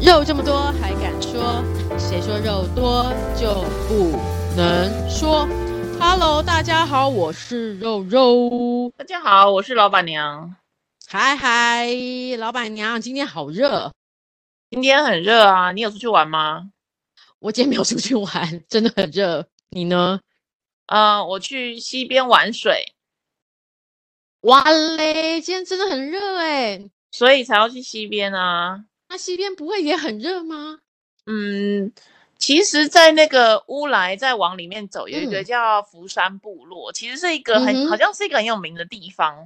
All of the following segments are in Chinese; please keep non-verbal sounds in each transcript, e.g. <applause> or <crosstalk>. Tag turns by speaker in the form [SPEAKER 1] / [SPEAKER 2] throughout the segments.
[SPEAKER 1] 肉这么多还敢说？谁说肉多就不能说？Hello，大家好，我是肉肉。
[SPEAKER 2] 大家好，我是老板娘。
[SPEAKER 1] 嗨嗨，老板娘，今天好热。
[SPEAKER 2] 今天很热啊，你有出去玩吗？
[SPEAKER 1] 我今天没有出去玩，真的很热。你呢？
[SPEAKER 2] 嗯、我去溪边玩水，
[SPEAKER 1] 哇嘞，今天真的很热哎、
[SPEAKER 2] 所以才要去溪边啊。
[SPEAKER 1] 那西边不会也很热吗？
[SPEAKER 2] 嗯，其实，在那个乌来再往里面走，有一个
[SPEAKER 1] 嗯
[SPEAKER 2] 叫福山部落，其实是一个很、
[SPEAKER 1] 嗯哼
[SPEAKER 2] 好像是一个很有名的地方，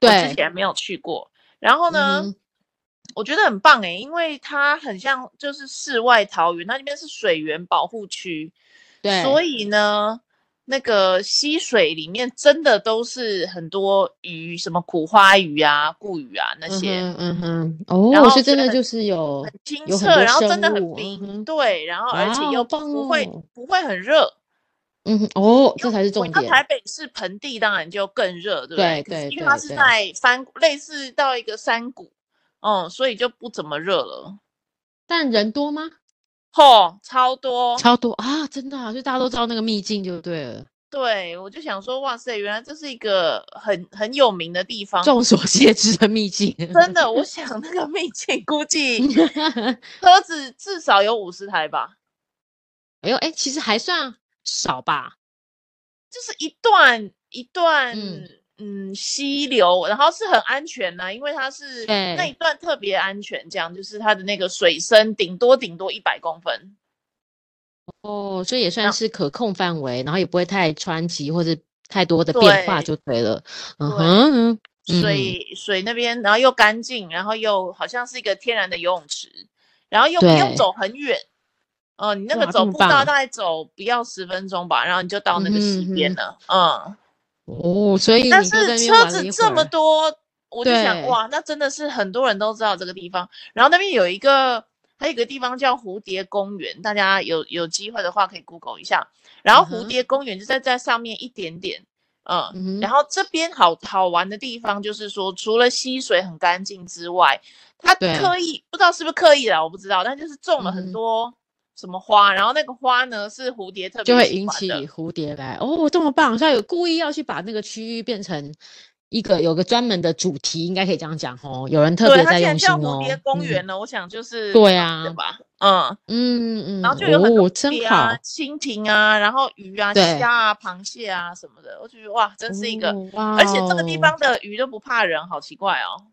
[SPEAKER 2] 我
[SPEAKER 1] 对
[SPEAKER 2] 之前没有去过。然后呢，
[SPEAKER 1] 嗯哼
[SPEAKER 2] 我觉得很棒欸诶，因为它很像就是世外桃源，它那边是水源保护区，
[SPEAKER 1] 对，
[SPEAKER 2] 所以呢，那个溪水里面真的都是很多鱼，什么苦花鱼啊、固鱼啊那
[SPEAKER 1] 嗯
[SPEAKER 2] 些，
[SPEAKER 1] 哼嗯哼，
[SPEAKER 2] 然
[SPEAKER 1] 哦，
[SPEAKER 2] 后
[SPEAKER 1] 所以真
[SPEAKER 2] 觉得
[SPEAKER 1] 的
[SPEAKER 2] 很
[SPEAKER 1] 就是有
[SPEAKER 2] 很清
[SPEAKER 1] 有很
[SPEAKER 2] 澈，
[SPEAKER 1] 多
[SPEAKER 2] 然后真的
[SPEAKER 1] 生
[SPEAKER 2] 很
[SPEAKER 1] 物
[SPEAKER 2] 冰，
[SPEAKER 1] 嗯哼
[SPEAKER 2] 对，然后而且
[SPEAKER 1] 哇
[SPEAKER 2] 又
[SPEAKER 1] 好棒
[SPEAKER 2] 不会、
[SPEAKER 1] 哦
[SPEAKER 2] 不会很热。
[SPEAKER 1] 嗯哼哦，
[SPEAKER 2] 因
[SPEAKER 1] 这
[SPEAKER 2] 为
[SPEAKER 1] 才是重
[SPEAKER 2] 回到
[SPEAKER 1] 点。
[SPEAKER 2] 台北市盆地当然就更热，对不
[SPEAKER 1] 对
[SPEAKER 2] 对？可是
[SPEAKER 1] 对
[SPEAKER 2] 因为它
[SPEAKER 1] 对
[SPEAKER 2] 是
[SPEAKER 1] 对
[SPEAKER 2] 在山谷，类似到一个山谷，嗯，所以就不怎么热了。
[SPEAKER 1] 但人多吗？
[SPEAKER 2] 嚯、超多！
[SPEAKER 1] 超多啊，真的啊，就大家都知道那个秘境就对了，
[SPEAKER 2] 对，我就想说，哇塞，原来这是一个很很有名的地方。
[SPEAKER 1] 众所皆知的秘境。
[SPEAKER 2] 真的，我想那个秘境估计
[SPEAKER 1] 嗯
[SPEAKER 2] 车子至少有五十台吧，
[SPEAKER 1] <laughs> 哎呦，哎，其实还算少吧。
[SPEAKER 2] 就是一段一段
[SPEAKER 1] 嗯
[SPEAKER 2] 嗯溪流，然后是很安全呐、因为它是那
[SPEAKER 1] 对
[SPEAKER 2] 一段特别安全，这样就是它的那个水深顶多顶多一百公分，
[SPEAKER 1] 哦，所以也算
[SPEAKER 2] 那
[SPEAKER 1] 是可控范
[SPEAKER 2] 嗯
[SPEAKER 1] 围，然后也不会太川崎或者太多的变化
[SPEAKER 2] 对
[SPEAKER 1] 就对了。嗯
[SPEAKER 2] 对
[SPEAKER 1] 哼，嗯
[SPEAKER 2] 水、水那边然后又干净，然后又好像是一个天然的游泳池，然后又不
[SPEAKER 1] 对
[SPEAKER 2] 用走很远。哦、你那
[SPEAKER 1] 哇
[SPEAKER 2] 个
[SPEAKER 1] 这
[SPEAKER 2] 走
[SPEAKER 1] 么
[SPEAKER 2] 步道
[SPEAKER 1] 棒
[SPEAKER 2] 大概走不要十分钟吧，然后你就到那个
[SPEAKER 1] 嗯
[SPEAKER 2] 溪
[SPEAKER 1] 哼
[SPEAKER 2] 边
[SPEAKER 1] 嗯
[SPEAKER 2] 了。嗯，
[SPEAKER 1] 哦，所以
[SPEAKER 2] 但
[SPEAKER 1] 你就在那
[SPEAKER 2] 是
[SPEAKER 1] 边
[SPEAKER 2] 车
[SPEAKER 1] 玩了
[SPEAKER 2] 子
[SPEAKER 1] 一
[SPEAKER 2] 这
[SPEAKER 1] 会
[SPEAKER 2] 么
[SPEAKER 1] 儿，
[SPEAKER 2] 多，我就想
[SPEAKER 1] 对
[SPEAKER 2] 哇，那真的是很多人都知道这个地方。然后那边有一个，还有一个地方叫蝴蝶公园，大家有有机会的话可以 Google 一下。然后
[SPEAKER 1] 嗯
[SPEAKER 2] 蝴
[SPEAKER 1] 哼
[SPEAKER 2] 蝶公园就在在上面一点点，嗯。
[SPEAKER 1] 嗯
[SPEAKER 2] 然
[SPEAKER 1] 哼，
[SPEAKER 2] 后这边好好玩的地方就是说，除了溪水很干净之外，它
[SPEAKER 1] 对
[SPEAKER 2] 刻意不知道是不是刻意的啊，我不知道，但就是种了
[SPEAKER 1] 嗯哼
[SPEAKER 2] 很多什么花，然后那个花呢是蝴蝶特别
[SPEAKER 1] 就会
[SPEAKER 2] 喜
[SPEAKER 1] 引
[SPEAKER 2] 欢
[SPEAKER 1] 起
[SPEAKER 2] 的
[SPEAKER 1] 蝴蝶来。哦，这么棒，所以有故意要去把那个区域变成一个有个专门的主题，应该可以这样讲哦。有人特
[SPEAKER 2] 对，
[SPEAKER 1] 别
[SPEAKER 2] 它
[SPEAKER 1] 在
[SPEAKER 2] 既然
[SPEAKER 1] 用心
[SPEAKER 2] 叫
[SPEAKER 1] 哦
[SPEAKER 2] 蝴。蝶公
[SPEAKER 1] 嗯
[SPEAKER 2] 园呢，我想就是
[SPEAKER 1] 对
[SPEAKER 2] 对
[SPEAKER 1] 啊，
[SPEAKER 2] 吧？嗯，
[SPEAKER 1] 嗯嗯，
[SPEAKER 2] 然后就有很多
[SPEAKER 1] 哦，
[SPEAKER 2] 蝴
[SPEAKER 1] 真
[SPEAKER 2] 蝶
[SPEAKER 1] 好
[SPEAKER 2] 啊、，蜻蜓啊，然后鱼啊、
[SPEAKER 1] 对
[SPEAKER 2] 虾啊、螃蟹啊什么的，我就觉得哇，真是一个，
[SPEAKER 1] 哦哇
[SPEAKER 2] 而且这个地
[SPEAKER 1] 哦 <laughs>
[SPEAKER 2] 方的鱼都不怕人，好奇怪哦。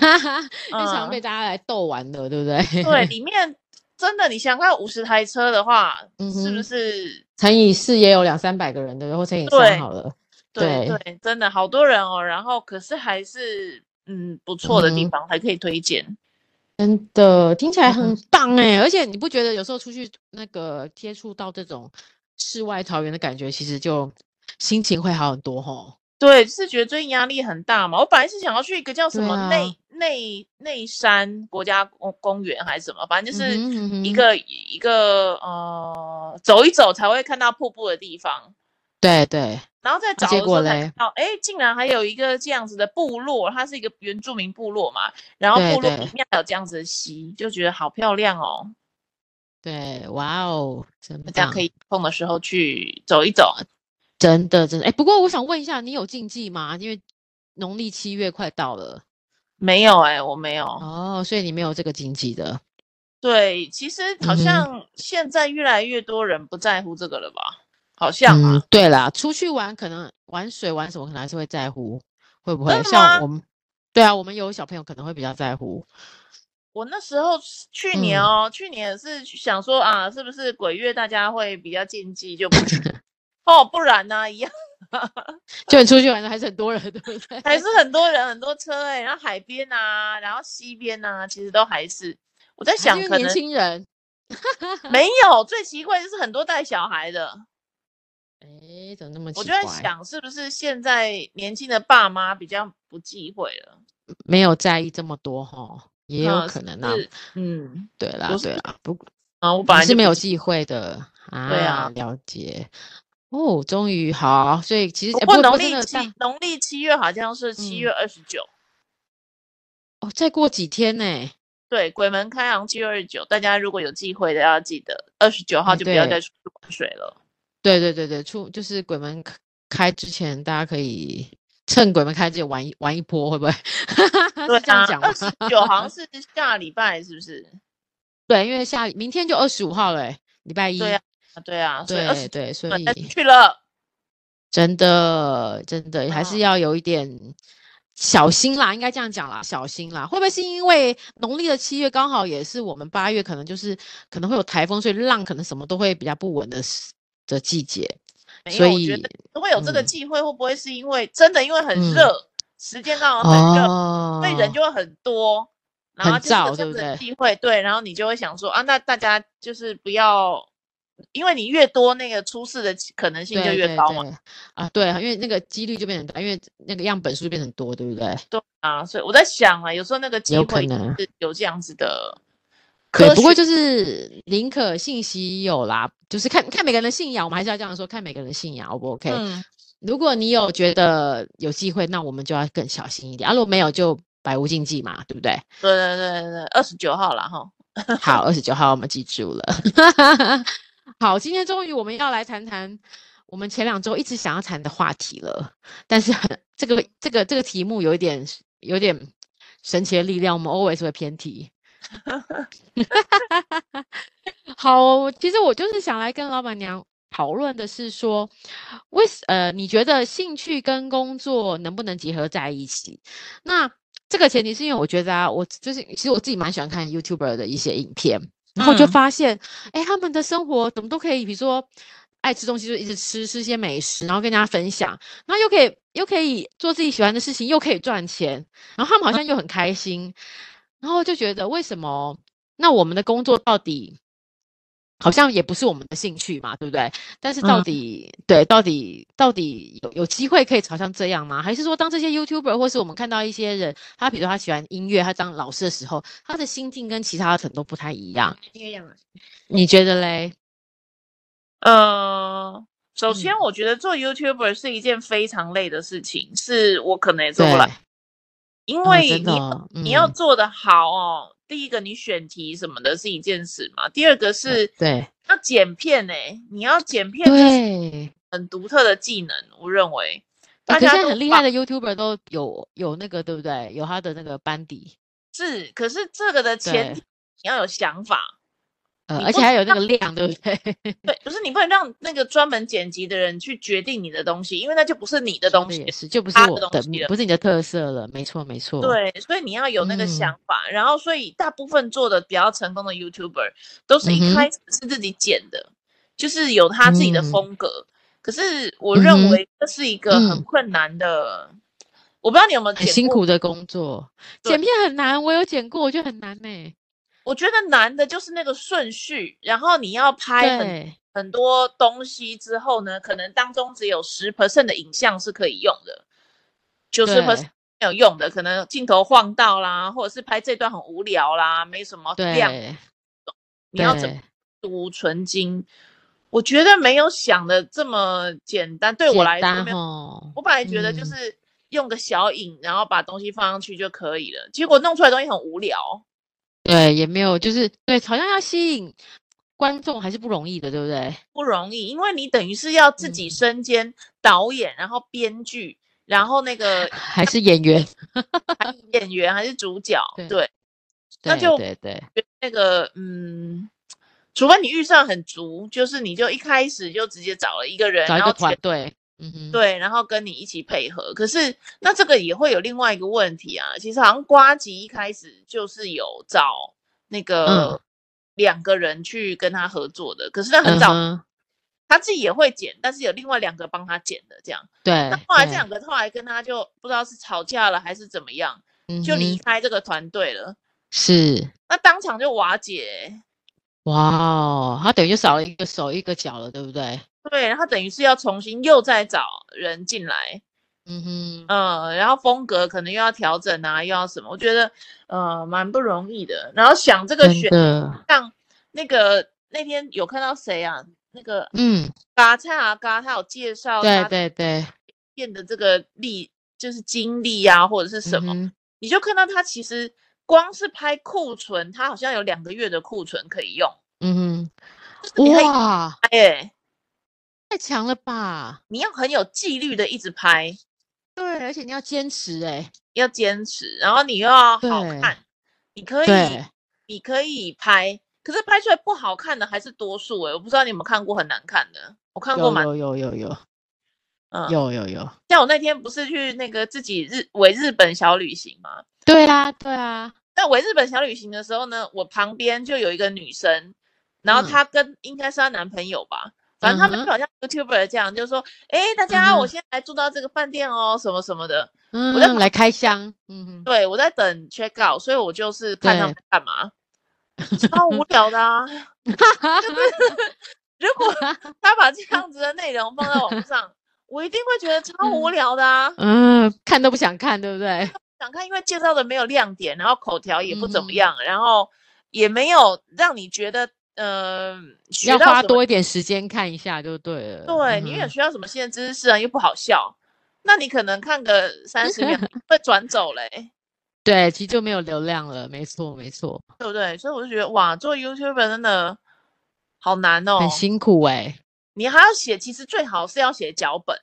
[SPEAKER 1] 哈哈，因为常
[SPEAKER 2] 嗯
[SPEAKER 1] 被大家来逗玩的，对不对？ <laughs>
[SPEAKER 2] 对，，里面真的，你想看五十台车的话，
[SPEAKER 1] 嗯
[SPEAKER 2] 是不
[SPEAKER 1] 哼
[SPEAKER 2] 是？
[SPEAKER 1] 乘以四也有两三百个人，对不对？或乘以
[SPEAKER 2] 对
[SPEAKER 1] 三好了。
[SPEAKER 2] 对
[SPEAKER 1] 对
[SPEAKER 2] 对，真的好多人哦。然后可是还是嗯不错的地
[SPEAKER 1] 嗯
[SPEAKER 2] 方，还可以推荐。
[SPEAKER 1] 真的听起来
[SPEAKER 2] 嗯
[SPEAKER 1] 很棒哎、而且你不觉得有时候出去那个接触到这种世外桃源的感觉，其实就心情会好很多吼。
[SPEAKER 2] 对，是觉得最近压力很大嘛。我本来是想要去一个叫什
[SPEAKER 1] 对
[SPEAKER 2] 么
[SPEAKER 1] 啊
[SPEAKER 2] 内、内内山国家公公园还是什么，反正就是
[SPEAKER 1] 嗯哼嗯
[SPEAKER 2] 一
[SPEAKER 1] 哼
[SPEAKER 2] 个、一个呃走一走才会看到瀑布的地方。
[SPEAKER 1] 对对，
[SPEAKER 2] 然后再
[SPEAKER 1] 那
[SPEAKER 2] 找
[SPEAKER 1] 啊结
[SPEAKER 2] 的时
[SPEAKER 1] 果
[SPEAKER 2] 候才
[SPEAKER 1] 嘞
[SPEAKER 2] 看到，哎，竟然还有一个这样子的部落，它是一个原住民部落嘛。然后
[SPEAKER 1] 对
[SPEAKER 2] 部落
[SPEAKER 1] 对
[SPEAKER 2] 里面还有这样子的溪，就觉得好漂亮哦。
[SPEAKER 1] 对，哇哦，真
[SPEAKER 2] 大家
[SPEAKER 1] 棒
[SPEAKER 2] 可，以空的时候去走一走。
[SPEAKER 1] 真的真的。哎、不过我想问一下，你有禁忌吗？因为农历七月快到了
[SPEAKER 2] 没有哎、我没有。
[SPEAKER 1] 哦，所以你没有这个禁忌的。
[SPEAKER 2] 对，其实好
[SPEAKER 1] 嗯哼
[SPEAKER 2] 像现在越来越多人不在乎这个了吧？好像啊，
[SPEAKER 1] 嗯，对啦，出去玩可能玩水玩什么，可能还是会在乎，会不会
[SPEAKER 2] 真的
[SPEAKER 1] 像
[SPEAKER 2] 吗
[SPEAKER 1] 我们？对啊，我们有小朋友可能会比较在乎。
[SPEAKER 2] 我那时候是去年
[SPEAKER 1] 嗯
[SPEAKER 2] 哦，去年是想说啊，是不是鬼月大家会比较禁忌就不
[SPEAKER 1] <laughs>
[SPEAKER 2] 去哦，不然呢、一样
[SPEAKER 1] 就你出去玩的还是很多人，对不对？ <laughs>
[SPEAKER 2] 还是很多人很多车哎、然后海边啊，然后西边啊，其实都还是我在
[SPEAKER 1] 还是
[SPEAKER 2] 想
[SPEAKER 1] 因为
[SPEAKER 2] 可
[SPEAKER 1] 年
[SPEAKER 2] 能
[SPEAKER 1] 轻人。
[SPEAKER 2] 没有，最奇怪就是很多带小孩的，
[SPEAKER 1] 哎，怎么那么奇
[SPEAKER 2] 我就
[SPEAKER 1] 怪？
[SPEAKER 2] 在想是不是现在年轻的爸妈比较不忌讳了，
[SPEAKER 1] 没有在意这么多哈，也有
[SPEAKER 2] 嗯
[SPEAKER 1] 可能啊。
[SPEAKER 2] 是嗯
[SPEAKER 1] 对啦
[SPEAKER 2] 我，
[SPEAKER 1] 对
[SPEAKER 2] 是
[SPEAKER 1] 啦，不过
[SPEAKER 2] 啊，我本
[SPEAKER 1] 你
[SPEAKER 2] 来
[SPEAKER 1] 是
[SPEAKER 2] 就
[SPEAKER 1] 没
[SPEAKER 2] 不
[SPEAKER 1] 有
[SPEAKER 2] 忌
[SPEAKER 1] 忌讳的啊。
[SPEAKER 2] 啊
[SPEAKER 1] 了解。哦，终于好，所以其实
[SPEAKER 2] 不
[SPEAKER 1] 哎
[SPEAKER 2] 过
[SPEAKER 1] 不
[SPEAKER 2] 农
[SPEAKER 1] 过真
[SPEAKER 2] 历
[SPEAKER 1] 的
[SPEAKER 2] 七
[SPEAKER 1] 大
[SPEAKER 2] 农历七月好像是七
[SPEAKER 1] 嗯
[SPEAKER 2] 月二十九，
[SPEAKER 1] 哦，再过几天呢、
[SPEAKER 2] 对，鬼门开昂七月二十九，大家如果有机会的要记得，二十九号就不要
[SPEAKER 1] 嗯对
[SPEAKER 2] 再出去玩水了。
[SPEAKER 1] 对对对对，出就是鬼门开开之前，大家可以趁鬼门开之前玩一玩一波，会不会？ <laughs>
[SPEAKER 2] 对
[SPEAKER 1] 是这样
[SPEAKER 2] 啊
[SPEAKER 1] 讲，吗
[SPEAKER 2] 二？十九好像是下礼拜，是不是？
[SPEAKER 1] 对，因为下明天就二十五号了欸，礼拜一。
[SPEAKER 2] 对啊，啊对啊，所以二
[SPEAKER 1] 对
[SPEAKER 2] 十
[SPEAKER 1] 对，所
[SPEAKER 2] 不能
[SPEAKER 1] 以
[SPEAKER 2] 再出去了。
[SPEAKER 1] 真的真的
[SPEAKER 2] 啊
[SPEAKER 1] 还是要有一点小心啦，应该这样讲啦，小心啦。会不会是因为农历的七月刚好也是我们八月可能就是可能会有台风，所以浪可能什么都会比较不稳的时的季节，
[SPEAKER 2] 没
[SPEAKER 1] 所
[SPEAKER 2] 有，我觉
[SPEAKER 1] 以
[SPEAKER 2] 得如果有这个
[SPEAKER 1] 嗯
[SPEAKER 2] 机会，会不会是因为真的因为很
[SPEAKER 1] 嗯
[SPEAKER 2] 热，时间刚好很热，
[SPEAKER 1] 哦，
[SPEAKER 2] 所以人就会很多，然后
[SPEAKER 1] 很
[SPEAKER 2] 就是有
[SPEAKER 1] 燥
[SPEAKER 2] 这
[SPEAKER 1] 对
[SPEAKER 2] 样
[SPEAKER 1] 不
[SPEAKER 2] 子的
[SPEAKER 1] 对
[SPEAKER 2] 机会对，然后你就会想说啊，那大家就是不要，因为你越多，那个出事的可能性就
[SPEAKER 1] 对
[SPEAKER 2] 越
[SPEAKER 1] 对
[SPEAKER 2] 高嘛。
[SPEAKER 1] 对啊，对，因为那个几率就变很大，因为那个样本数就变很多，对不对？
[SPEAKER 2] 对啊，所以我在想啊，有时候那个机
[SPEAKER 1] 有可
[SPEAKER 2] 会
[SPEAKER 1] 能
[SPEAKER 2] 是有这样子的
[SPEAKER 1] <laughs>
[SPEAKER 2] 科
[SPEAKER 1] 对，
[SPEAKER 2] 学，
[SPEAKER 1] 不过就是宁可信息有啦，就是看看每个人的信仰，我们还是要这样说，看每个人的信仰 O 不 OK？、
[SPEAKER 2] 嗯，
[SPEAKER 1] 如果你有觉得有机会，那我们就要更小心一点啊。如果没有，就百无禁忌嘛，对不对？
[SPEAKER 2] 对对对对对，二十九号了哈，
[SPEAKER 1] <laughs> 好，二十九号我们记住了。好，今天终于我们要来谈谈我们前两周一直想要谈的话题了，但是很这个这个这个题目有一点有点神奇的力量，我们 always 会偏题。好，其实我就是想来跟老板娘讨论的是说，为什呃，你觉得兴趣跟工作能不能结合在一起？那这个前提是因为我觉得啊，我就是其实我自己蛮喜欢看 YouTuber 的一些影片，然后就
[SPEAKER 2] 嗯
[SPEAKER 1] 发现，哎、他们的生活怎么都可以，比如说爱吃东西就一直吃，吃一些美食，然后跟大家分享，然后又可以又可以做自己喜欢的事情，又可以赚钱，然后他们好像又很开心，然后就觉得为什么那我们的工作到底？好像也不是我们的兴趣嘛，对不对？但是到
[SPEAKER 2] 嗯
[SPEAKER 1] 底、对，到底到底有有机会可以朝向这样吗？还是说，当这些 YouTuber 或是我们看到一些人，他比如说他喜欢音乐，他当老师的时候，他的心境跟其他的可能都不太一样？啊你觉得嘞？
[SPEAKER 2] 呃，首先
[SPEAKER 1] 嗯
[SPEAKER 2] 我觉得做 YouTuber 是一件非常累的事情，是我可能也做
[SPEAKER 1] 对
[SPEAKER 2] 不，来，因
[SPEAKER 1] 哦
[SPEAKER 2] 为
[SPEAKER 1] 真的
[SPEAKER 2] 你
[SPEAKER 1] 哦
[SPEAKER 2] 你要
[SPEAKER 1] 嗯
[SPEAKER 2] 做的好哦，第一个你选题什么的是一件事嘛，第二个是
[SPEAKER 1] 对
[SPEAKER 2] 要剪片哎、你要剪片就是
[SPEAKER 1] 对，
[SPEAKER 2] 很独特的技能，我认为
[SPEAKER 1] 啊
[SPEAKER 2] 大
[SPEAKER 1] 可
[SPEAKER 2] 家
[SPEAKER 1] 是
[SPEAKER 2] 都
[SPEAKER 1] 很厉
[SPEAKER 2] 把
[SPEAKER 1] 害的 YouTuber 都有有那个对不对？有他的那个班底，
[SPEAKER 2] 是，可是这个的
[SPEAKER 1] 对
[SPEAKER 2] 前提你要有想法，
[SPEAKER 1] 呃，
[SPEAKER 2] 你
[SPEAKER 1] 而
[SPEAKER 2] 不
[SPEAKER 1] 且还
[SPEAKER 2] 知
[SPEAKER 1] 有那
[SPEAKER 2] 道
[SPEAKER 1] 个量，对不对？
[SPEAKER 2] 对，可是你不能让那个专门剪辑的人去决定你的东西，因为那就不是你的
[SPEAKER 1] 说
[SPEAKER 2] 东
[SPEAKER 1] 得
[SPEAKER 2] 西
[SPEAKER 1] 也。是，就不是
[SPEAKER 2] 他的
[SPEAKER 1] 我
[SPEAKER 2] 东
[SPEAKER 1] 的
[SPEAKER 2] 西，了
[SPEAKER 1] 不是你的特色了，没错没错，
[SPEAKER 2] 对，所以你要有那个
[SPEAKER 1] 嗯
[SPEAKER 2] 想法，然后所以大部分做的比较成功的 YouTuber 都是
[SPEAKER 1] 嗯哼
[SPEAKER 2] 一开始是自己剪的，就是有他自己的
[SPEAKER 1] 嗯
[SPEAKER 2] 风格。可是我
[SPEAKER 1] 嗯哼
[SPEAKER 2] 认为这是一个
[SPEAKER 1] 嗯
[SPEAKER 2] 很困难的，我不知道你有没有
[SPEAKER 1] 很
[SPEAKER 2] 剪
[SPEAKER 1] 辛
[SPEAKER 2] 过
[SPEAKER 1] 苦的工作，
[SPEAKER 2] 对
[SPEAKER 1] 剪片很难，我有剪过，我觉得很难呢、
[SPEAKER 2] 我觉得难的就是那个顺序，然后你要拍很
[SPEAKER 1] 对，
[SPEAKER 2] 很多东西之后呢，可能当中只有十 percent 的影像是可以用的，九十 percent
[SPEAKER 1] 对
[SPEAKER 2] 没有用的，可能镜头晃到啦，或者是拍这段很无聊啦，没什么亮，
[SPEAKER 1] 对，
[SPEAKER 2] 你要怎么
[SPEAKER 1] 对
[SPEAKER 2] 读纯金？我觉得没有想的这么简单，对我
[SPEAKER 1] 简
[SPEAKER 2] 来说
[SPEAKER 1] 单
[SPEAKER 2] 没有
[SPEAKER 1] 吼
[SPEAKER 2] 我本来觉得就
[SPEAKER 1] 嗯
[SPEAKER 2] 是用个小影，然后把东西放上去就可以了，结果弄出来的东西很无聊。
[SPEAKER 1] 对，也没有，就是对，好像要吸引观众还是不容易的，对不对？ <laughs>
[SPEAKER 2] 不容易，因为你等于是要自己
[SPEAKER 1] 嗯
[SPEAKER 2] 身兼导演，然后编剧，然后
[SPEAKER 1] <laughs>
[SPEAKER 2] 那个
[SPEAKER 1] 还是演员，
[SPEAKER 2] 演员还是主角，
[SPEAKER 1] 对
[SPEAKER 2] 对，
[SPEAKER 1] 对
[SPEAKER 2] <laughs> 那就
[SPEAKER 1] 对对，
[SPEAKER 2] 那个嗯，除非你预算很足，就是你就一开始就直接找了一个人，
[SPEAKER 1] 找一
[SPEAKER 2] 然
[SPEAKER 1] 个
[SPEAKER 2] 后
[SPEAKER 1] 团
[SPEAKER 2] 全
[SPEAKER 1] 队，嗯哼，
[SPEAKER 2] 对，然后跟你一起配合。可是那这个也会有另外一个问题啊，其实好像瓜吉一开始就是有找那个。两个人去跟他合作的，可是那
[SPEAKER 1] 嗯
[SPEAKER 2] 很早，
[SPEAKER 1] 哼，
[SPEAKER 2] 他自己也会剪，但是有另外两个帮他剪的这样。
[SPEAKER 1] 对
[SPEAKER 2] 那，后来这
[SPEAKER 1] 对
[SPEAKER 2] 两，个后来跟他就不知道是吵架了还是怎么样，
[SPEAKER 1] 嗯
[SPEAKER 2] 就离
[SPEAKER 1] 哼
[SPEAKER 2] 开这个团队了。
[SPEAKER 1] 是，
[SPEAKER 2] 那当场就瓦解，欸
[SPEAKER 1] 哇哦，他等于就少了一个手一个脚了，对不对？
[SPEAKER 2] 对，然后等于是要重新又再找人进来，
[SPEAKER 1] 嗯哼，
[SPEAKER 2] 嗯，然后风格可能又要调整啊，又要什么，我觉得呃蛮不容易的。然后想这个
[SPEAKER 1] 真
[SPEAKER 2] 选
[SPEAKER 1] 的，
[SPEAKER 2] 项，那个那天有看到谁啊？那个
[SPEAKER 1] 嗯，
[SPEAKER 2] 嘎嚓啊嘎，他有介绍
[SPEAKER 1] 对
[SPEAKER 2] 他
[SPEAKER 1] 对对，
[SPEAKER 2] 变的这个历，就是经历啊，或者是什么。
[SPEAKER 1] 嗯哼
[SPEAKER 2] 你就看到他其实光是拍库存，它好像有两个月的库存可以用，
[SPEAKER 1] 嗯
[SPEAKER 2] 就是
[SPEAKER 1] 哼，
[SPEAKER 2] 你可以
[SPEAKER 1] 哇，
[SPEAKER 2] 拍、欸，
[SPEAKER 1] 太强了吧？
[SPEAKER 2] 你要很有纪律的一直拍，
[SPEAKER 1] 对，而且你要坚持哎、
[SPEAKER 2] 要坚持，然后你又要好
[SPEAKER 1] 对
[SPEAKER 2] 看，你可以
[SPEAKER 1] 对，
[SPEAKER 2] 你可以拍，可是拍出来不好看的还是多数哎、我不知道你有没有看过很难看的，我看过
[SPEAKER 1] 有
[SPEAKER 2] 蛮
[SPEAKER 1] 有有有有
[SPEAKER 2] 嗯，
[SPEAKER 1] 有有有，
[SPEAKER 2] 像我那天不是去那个自己日为日本小旅行吗？
[SPEAKER 1] 对啊对啊，
[SPEAKER 2] 那我日本小旅行的时候呢，我旁边就有一个女生，然后
[SPEAKER 1] 嗯
[SPEAKER 2] 她跟、应该是她男朋友吧，反正他们
[SPEAKER 1] 嗯哼
[SPEAKER 2] 就好像 YouTuber 这样，就说，哎、大
[SPEAKER 1] 嗯
[SPEAKER 2] 家，
[SPEAKER 1] 哼
[SPEAKER 2] 我现在来住到这个饭店哦，什么什么的。在
[SPEAKER 1] 嗯，
[SPEAKER 2] 旁
[SPEAKER 1] 来开箱，嗯哼，
[SPEAKER 2] 对我在等 check out，所以我就是看他们在干嘛，超无聊的啊。 <laughs> 如
[SPEAKER 1] <laughs>
[SPEAKER 2] 果他把这样子的内容放在网上，我一定会觉得超无聊的啊。
[SPEAKER 1] 嗯，看都不想看，对不对？
[SPEAKER 2] 想看，因为介绍的没有亮点，然后口条也不怎么
[SPEAKER 1] 嗯哼
[SPEAKER 2] 样，然后也没有让你觉得呃学
[SPEAKER 1] 要
[SPEAKER 2] 到
[SPEAKER 1] 花
[SPEAKER 2] 什么
[SPEAKER 1] 多一点时间看一下就对了。
[SPEAKER 2] 对，
[SPEAKER 1] 嗯
[SPEAKER 2] 你
[SPEAKER 1] 哼
[SPEAKER 2] 也学到什么新的知识啊，又不好笑，那你可能看个三十秒会转走嘞、
[SPEAKER 1] 对，其实就没有流量了，没错没错，
[SPEAKER 2] 对不对？所以我就觉得哇，做 YouTuber 真的好难哦
[SPEAKER 1] 很，辛苦哎、
[SPEAKER 2] 你还要写，其实最好是要写脚本，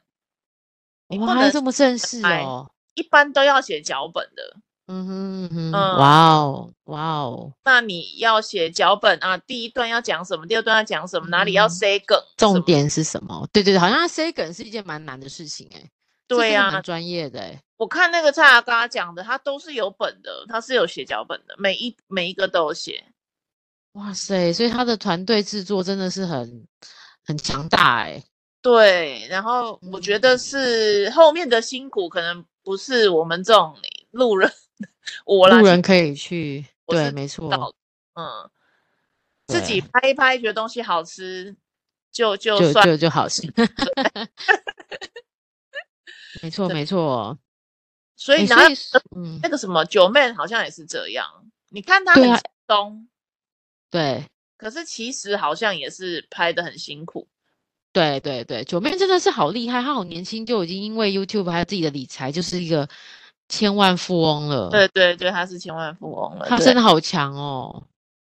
[SPEAKER 2] 你不
[SPEAKER 1] 哇，要
[SPEAKER 2] 能
[SPEAKER 1] 这么正式
[SPEAKER 2] 拍
[SPEAKER 1] 哦，
[SPEAKER 2] 一般都要写脚本的。
[SPEAKER 1] 嗯哼嗯哼，
[SPEAKER 2] 嗯
[SPEAKER 1] 哇哦哇哦，
[SPEAKER 2] 那你要写脚本啊，第一段要讲什么，第二段要讲什么，哪里要
[SPEAKER 1] 嗯
[SPEAKER 2] 塞梗，
[SPEAKER 1] 重，点是什么？对对对，好像 C 梗是一件蛮难的事情哎、这
[SPEAKER 2] 对啊
[SPEAKER 1] 真的
[SPEAKER 2] 呀、
[SPEAKER 1] 蛮专业的哎、
[SPEAKER 2] 我看那个蔡阿嘎讲的，他都是有本的，他是有写脚本的，每一每一个都有写。
[SPEAKER 1] 哇塞，所以他的团队制作真的是很很强大哎、
[SPEAKER 2] 对，然后我觉
[SPEAKER 1] 嗯
[SPEAKER 2] 得是后面的辛苦，可能不是我们这种路人， <laughs> 我啦，
[SPEAKER 1] 路人可以去，
[SPEAKER 2] 我是
[SPEAKER 1] 对，没错，
[SPEAKER 2] 到嗯，自己
[SPEAKER 1] 对
[SPEAKER 2] 拍一拍，觉得东西好吃，就就
[SPEAKER 1] 就
[SPEAKER 2] 算
[SPEAKER 1] 就就好吃。 <laughs> 没错，没错。
[SPEAKER 2] 所以
[SPEAKER 1] 诶
[SPEAKER 2] 哪
[SPEAKER 1] 所
[SPEAKER 2] 有
[SPEAKER 1] 以是嗯
[SPEAKER 2] 那，个什么九妹好像也是这样，你看她很
[SPEAKER 1] 对啊
[SPEAKER 2] 轻松，
[SPEAKER 1] 对
[SPEAKER 2] 可是其实好像也是拍的很辛苦。
[SPEAKER 1] 对对对，九妹真的是好厉害，她好年轻就已经因为 YouTube 还有自己的理财，就是一个千万富翁了。
[SPEAKER 2] 对，对对，她是千万富翁了，
[SPEAKER 1] 她
[SPEAKER 2] 对
[SPEAKER 1] 真的好强哦。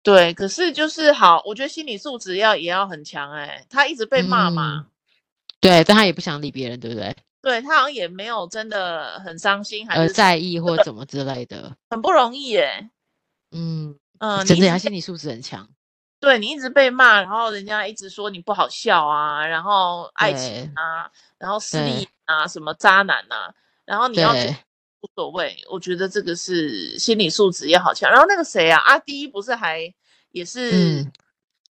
[SPEAKER 2] 对，可是就是好，我觉得心理素质要也要很强哎、他一直被骂
[SPEAKER 1] 嗯
[SPEAKER 2] 嘛，
[SPEAKER 1] 对，但她也不想理别人，对不对？
[SPEAKER 2] 对他好像也没有真的很伤心，还
[SPEAKER 1] 而
[SPEAKER 2] 是
[SPEAKER 1] 呃在意或怎么之类的。
[SPEAKER 2] 很不容易哎、
[SPEAKER 1] 嗯，
[SPEAKER 2] 嗯，
[SPEAKER 1] 真
[SPEAKER 2] 你一
[SPEAKER 1] 的，
[SPEAKER 2] 直
[SPEAKER 1] 她
[SPEAKER 2] 被
[SPEAKER 1] 心理素质很强。
[SPEAKER 2] 对你一直被骂，然后人家一直说你不好笑啊，然后爱
[SPEAKER 1] 对
[SPEAKER 2] 情啊，然后失
[SPEAKER 1] 对
[SPEAKER 2] 忆啊，什么渣男啊，然后你要觉
[SPEAKER 1] 对
[SPEAKER 2] 得无所谓，我觉得这个是心理素质也好强。然后那个谁啊，阿迪不是还也是、
[SPEAKER 1] 嗯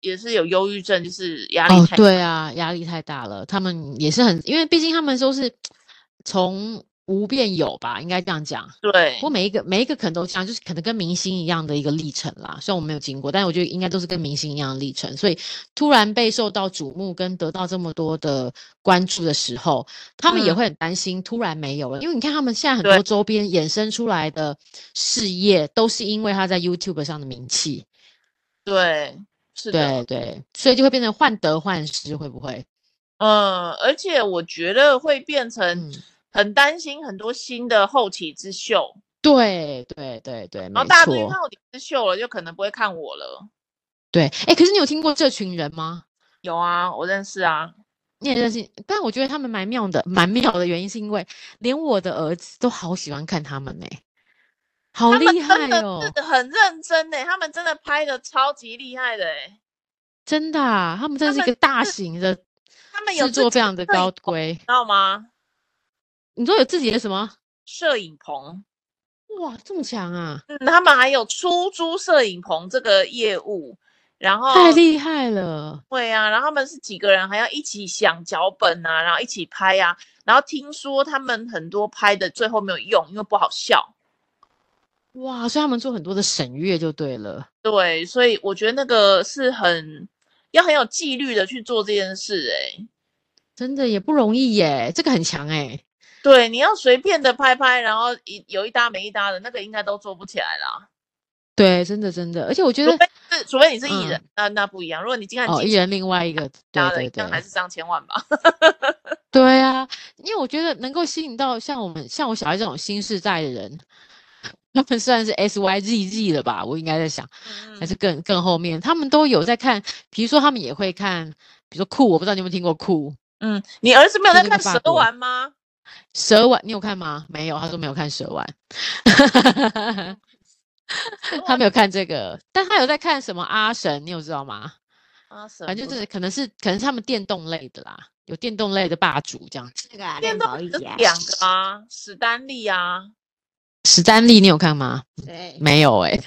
[SPEAKER 2] 也是有忧郁症，就是压力
[SPEAKER 1] 哦
[SPEAKER 2] 太，大。
[SPEAKER 1] 对啊，压力太大了，他们也是很，因为毕竟他们都是从无变有吧，应该这样讲。
[SPEAKER 2] 对
[SPEAKER 1] 不过每一个每一个可能都这样，就是可能跟明星一样的一个历程啦。虽然我没有经过，但我觉得应该都是跟明星一样的历程。所以突然备受到瞩目跟得到这么多的关注的时候，他们也
[SPEAKER 2] 嗯
[SPEAKER 1] 会很担心突然没有了，因为你看他们现在很
[SPEAKER 2] 对
[SPEAKER 1] 多周边衍生出来的事业，都是因为他在 YouTube 上的名气。
[SPEAKER 2] 对，是
[SPEAKER 1] 对
[SPEAKER 2] 的。
[SPEAKER 1] 对，所以就会变成患得患失，会不会？
[SPEAKER 2] 嗯，而且我觉得会变成
[SPEAKER 1] 嗯，
[SPEAKER 2] 很担心很多新的后起之秀，
[SPEAKER 1] 对对对对，
[SPEAKER 2] 然
[SPEAKER 1] 没
[SPEAKER 2] 后大家都去
[SPEAKER 1] 错
[SPEAKER 2] 看，后起之秀了，就可能不会看我了。
[SPEAKER 1] 对。哎，可是你有听过这群人吗？
[SPEAKER 2] 有啊，我认识啊，
[SPEAKER 1] 你也认识，但我觉得他们蛮妙的，蛮妙的原因是因为连我的儿子都好喜欢看他们呢、好
[SPEAKER 2] 他们
[SPEAKER 1] 厉害
[SPEAKER 2] 真的
[SPEAKER 1] 哦，
[SPEAKER 2] 是很认真呢、他们真的拍的超级厉害的、欸，
[SPEAKER 1] 真的、啊，他们真
[SPEAKER 2] 他
[SPEAKER 1] 的是一
[SPEAKER 2] 们
[SPEAKER 1] 个大型的
[SPEAKER 2] 他们有
[SPEAKER 1] 制
[SPEAKER 2] 自
[SPEAKER 1] 作
[SPEAKER 2] 己
[SPEAKER 1] 非常的
[SPEAKER 2] 摄影
[SPEAKER 1] 高
[SPEAKER 2] 棚
[SPEAKER 1] 规
[SPEAKER 2] 知。道吗？
[SPEAKER 1] 你说有自己的什么？
[SPEAKER 2] 摄影棚，
[SPEAKER 1] 哇，这么强啊，
[SPEAKER 2] 嗯，他们还有出租摄影棚这个业务，然后
[SPEAKER 1] 太厉害了！
[SPEAKER 2] 对啊，然后他们是几个人，还要一起想脚本啊，然后一起拍啊。然后听说他们很多拍的最后没有用，因为不好笑。
[SPEAKER 1] 哇，所以他们做很多的省略就对了。
[SPEAKER 2] 对，所以我觉得那个是很要很有纪律的去做这件事、欸。
[SPEAKER 1] 真的也不容易耶，这个很强哎。
[SPEAKER 2] 对，你要随便的拍拍，然后一有一搭没一搭的，那个应该都做不起来啦。
[SPEAKER 1] 对，真的真的，而且我觉
[SPEAKER 2] 除
[SPEAKER 1] 得
[SPEAKER 2] 非是，除非你是艺
[SPEAKER 1] 嗯
[SPEAKER 2] 人，那那不一样。如果你今天
[SPEAKER 1] 哦，
[SPEAKER 2] 经
[SPEAKER 1] 一人另外一个，对
[SPEAKER 2] 搭的，
[SPEAKER 1] 对
[SPEAKER 2] 一
[SPEAKER 1] 对
[SPEAKER 2] 样，还是上千万吧。
[SPEAKER 1] 对啊，因为我觉得能够吸引到像我们像我小孩这种新世代的人，他们算是 S Y Z Z 了吧？我应该在想，
[SPEAKER 2] 嗯
[SPEAKER 1] 还是更更后面，他们都有在看，比如说他们也会看，比如说酷，我不知道你有没有听过酷
[SPEAKER 2] 嗯，你儿子没有在
[SPEAKER 1] 是那
[SPEAKER 2] 看
[SPEAKER 1] 个法
[SPEAKER 2] 蛇
[SPEAKER 1] 国
[SPEAKER 2] 丸吗？
[SPEAKER 1] 蛇丸，你有看吗？没有，他说没有看蛇丸， <laughs>
[SPEAKER 3] 哦
[SPEAKER 1] 他没有看这个，但他有在看什么阿神，你有知道吗？
[SPEAKER 2] <laughs> 啊，蛇
[SPEAKER 1] 反正
[SPEAKER 2] 不
[SPEAKER 1] 就是可能是可能是他们电动类的啦，有电动类的霸主这样子。
[SPEAKER 3] 那个啊，
[SPEAKER 2] 电
[SPEAKER 3] 蛋
[SPEAKER 2] 动
[SPEAKER 3] 堡一
[SPEAKER 2] 只有
[SPEAKER 3] 啊，
[SPEAKER 2] 两个啊，史丹利啊，
[SPEAKER 1] 史丹利，你有看吗？
[SPEAKER 3] 对，
[SPEAKER 1] 没有哎、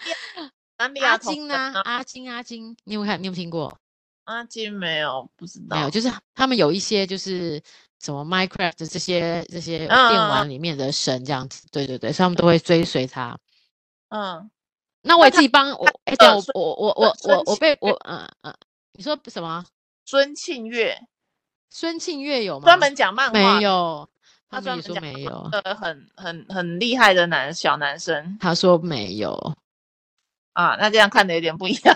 [SPEAKER 2] 史丹利啊，
[SPEAKER 1] 阿
[SPEAKER 2] 同
[SPEAKER 1] 金
[SPEAKER 2] 人
[SPEAKER 1] 呢、阿金阿金，你有看？你有听过？
[SPEAKER 2] 阿金没有，不知道。
[SPEAKER 1] 没有，就是他们有一些就是什么 Minecraft 的这些这些电
[SPEAKER 2] 嗯嗯
[SPEAKER 1] 玩里面的神这样子，对对对，所以他们都会追随他。
[SPEAKER 2] 嗯，
[SPEAKER 1] 那我也
[SPEAKER 2] 他
[SPEAKER 1] 自己帮我，哎，
[SPEAKER 2] 呃
[SPEAKER 1] 等一下
[SPEAKER 2] 孙
[SPEAKER 1] 我我我我
[SPEAKER 2] 孙
[SPEAKER 1] 我我
[SPEAKER 2] 庆
[SPEAKER 1] 被
[SPEAKER 2] 月
[SPEAKER 1] 我嗯嗯，你说什么？
[SPEAKER 2] 孙庆月
[SPEAKER 1] 孙庆月有吗？
[SPEAKER 2] 专门讲漫画，
[SPEAKER 1] 没有，他
[SPEAKER 2] 他专
[SPEAKER 1] 们
[SPEAKER 2] 门
[SPEAKER 1] 也说
[SPEAKER 2] 讲
[SPEAKER 1] 没有，
[SPEAKER 2] 呃，很很很厉害的男小男生
[SPEAKER 1] 他说没有。
[SPEAKER 2] 啊，那这样看的有点不一
[SPEAKER 1] <laughs>
[SPEAKER 2] 样。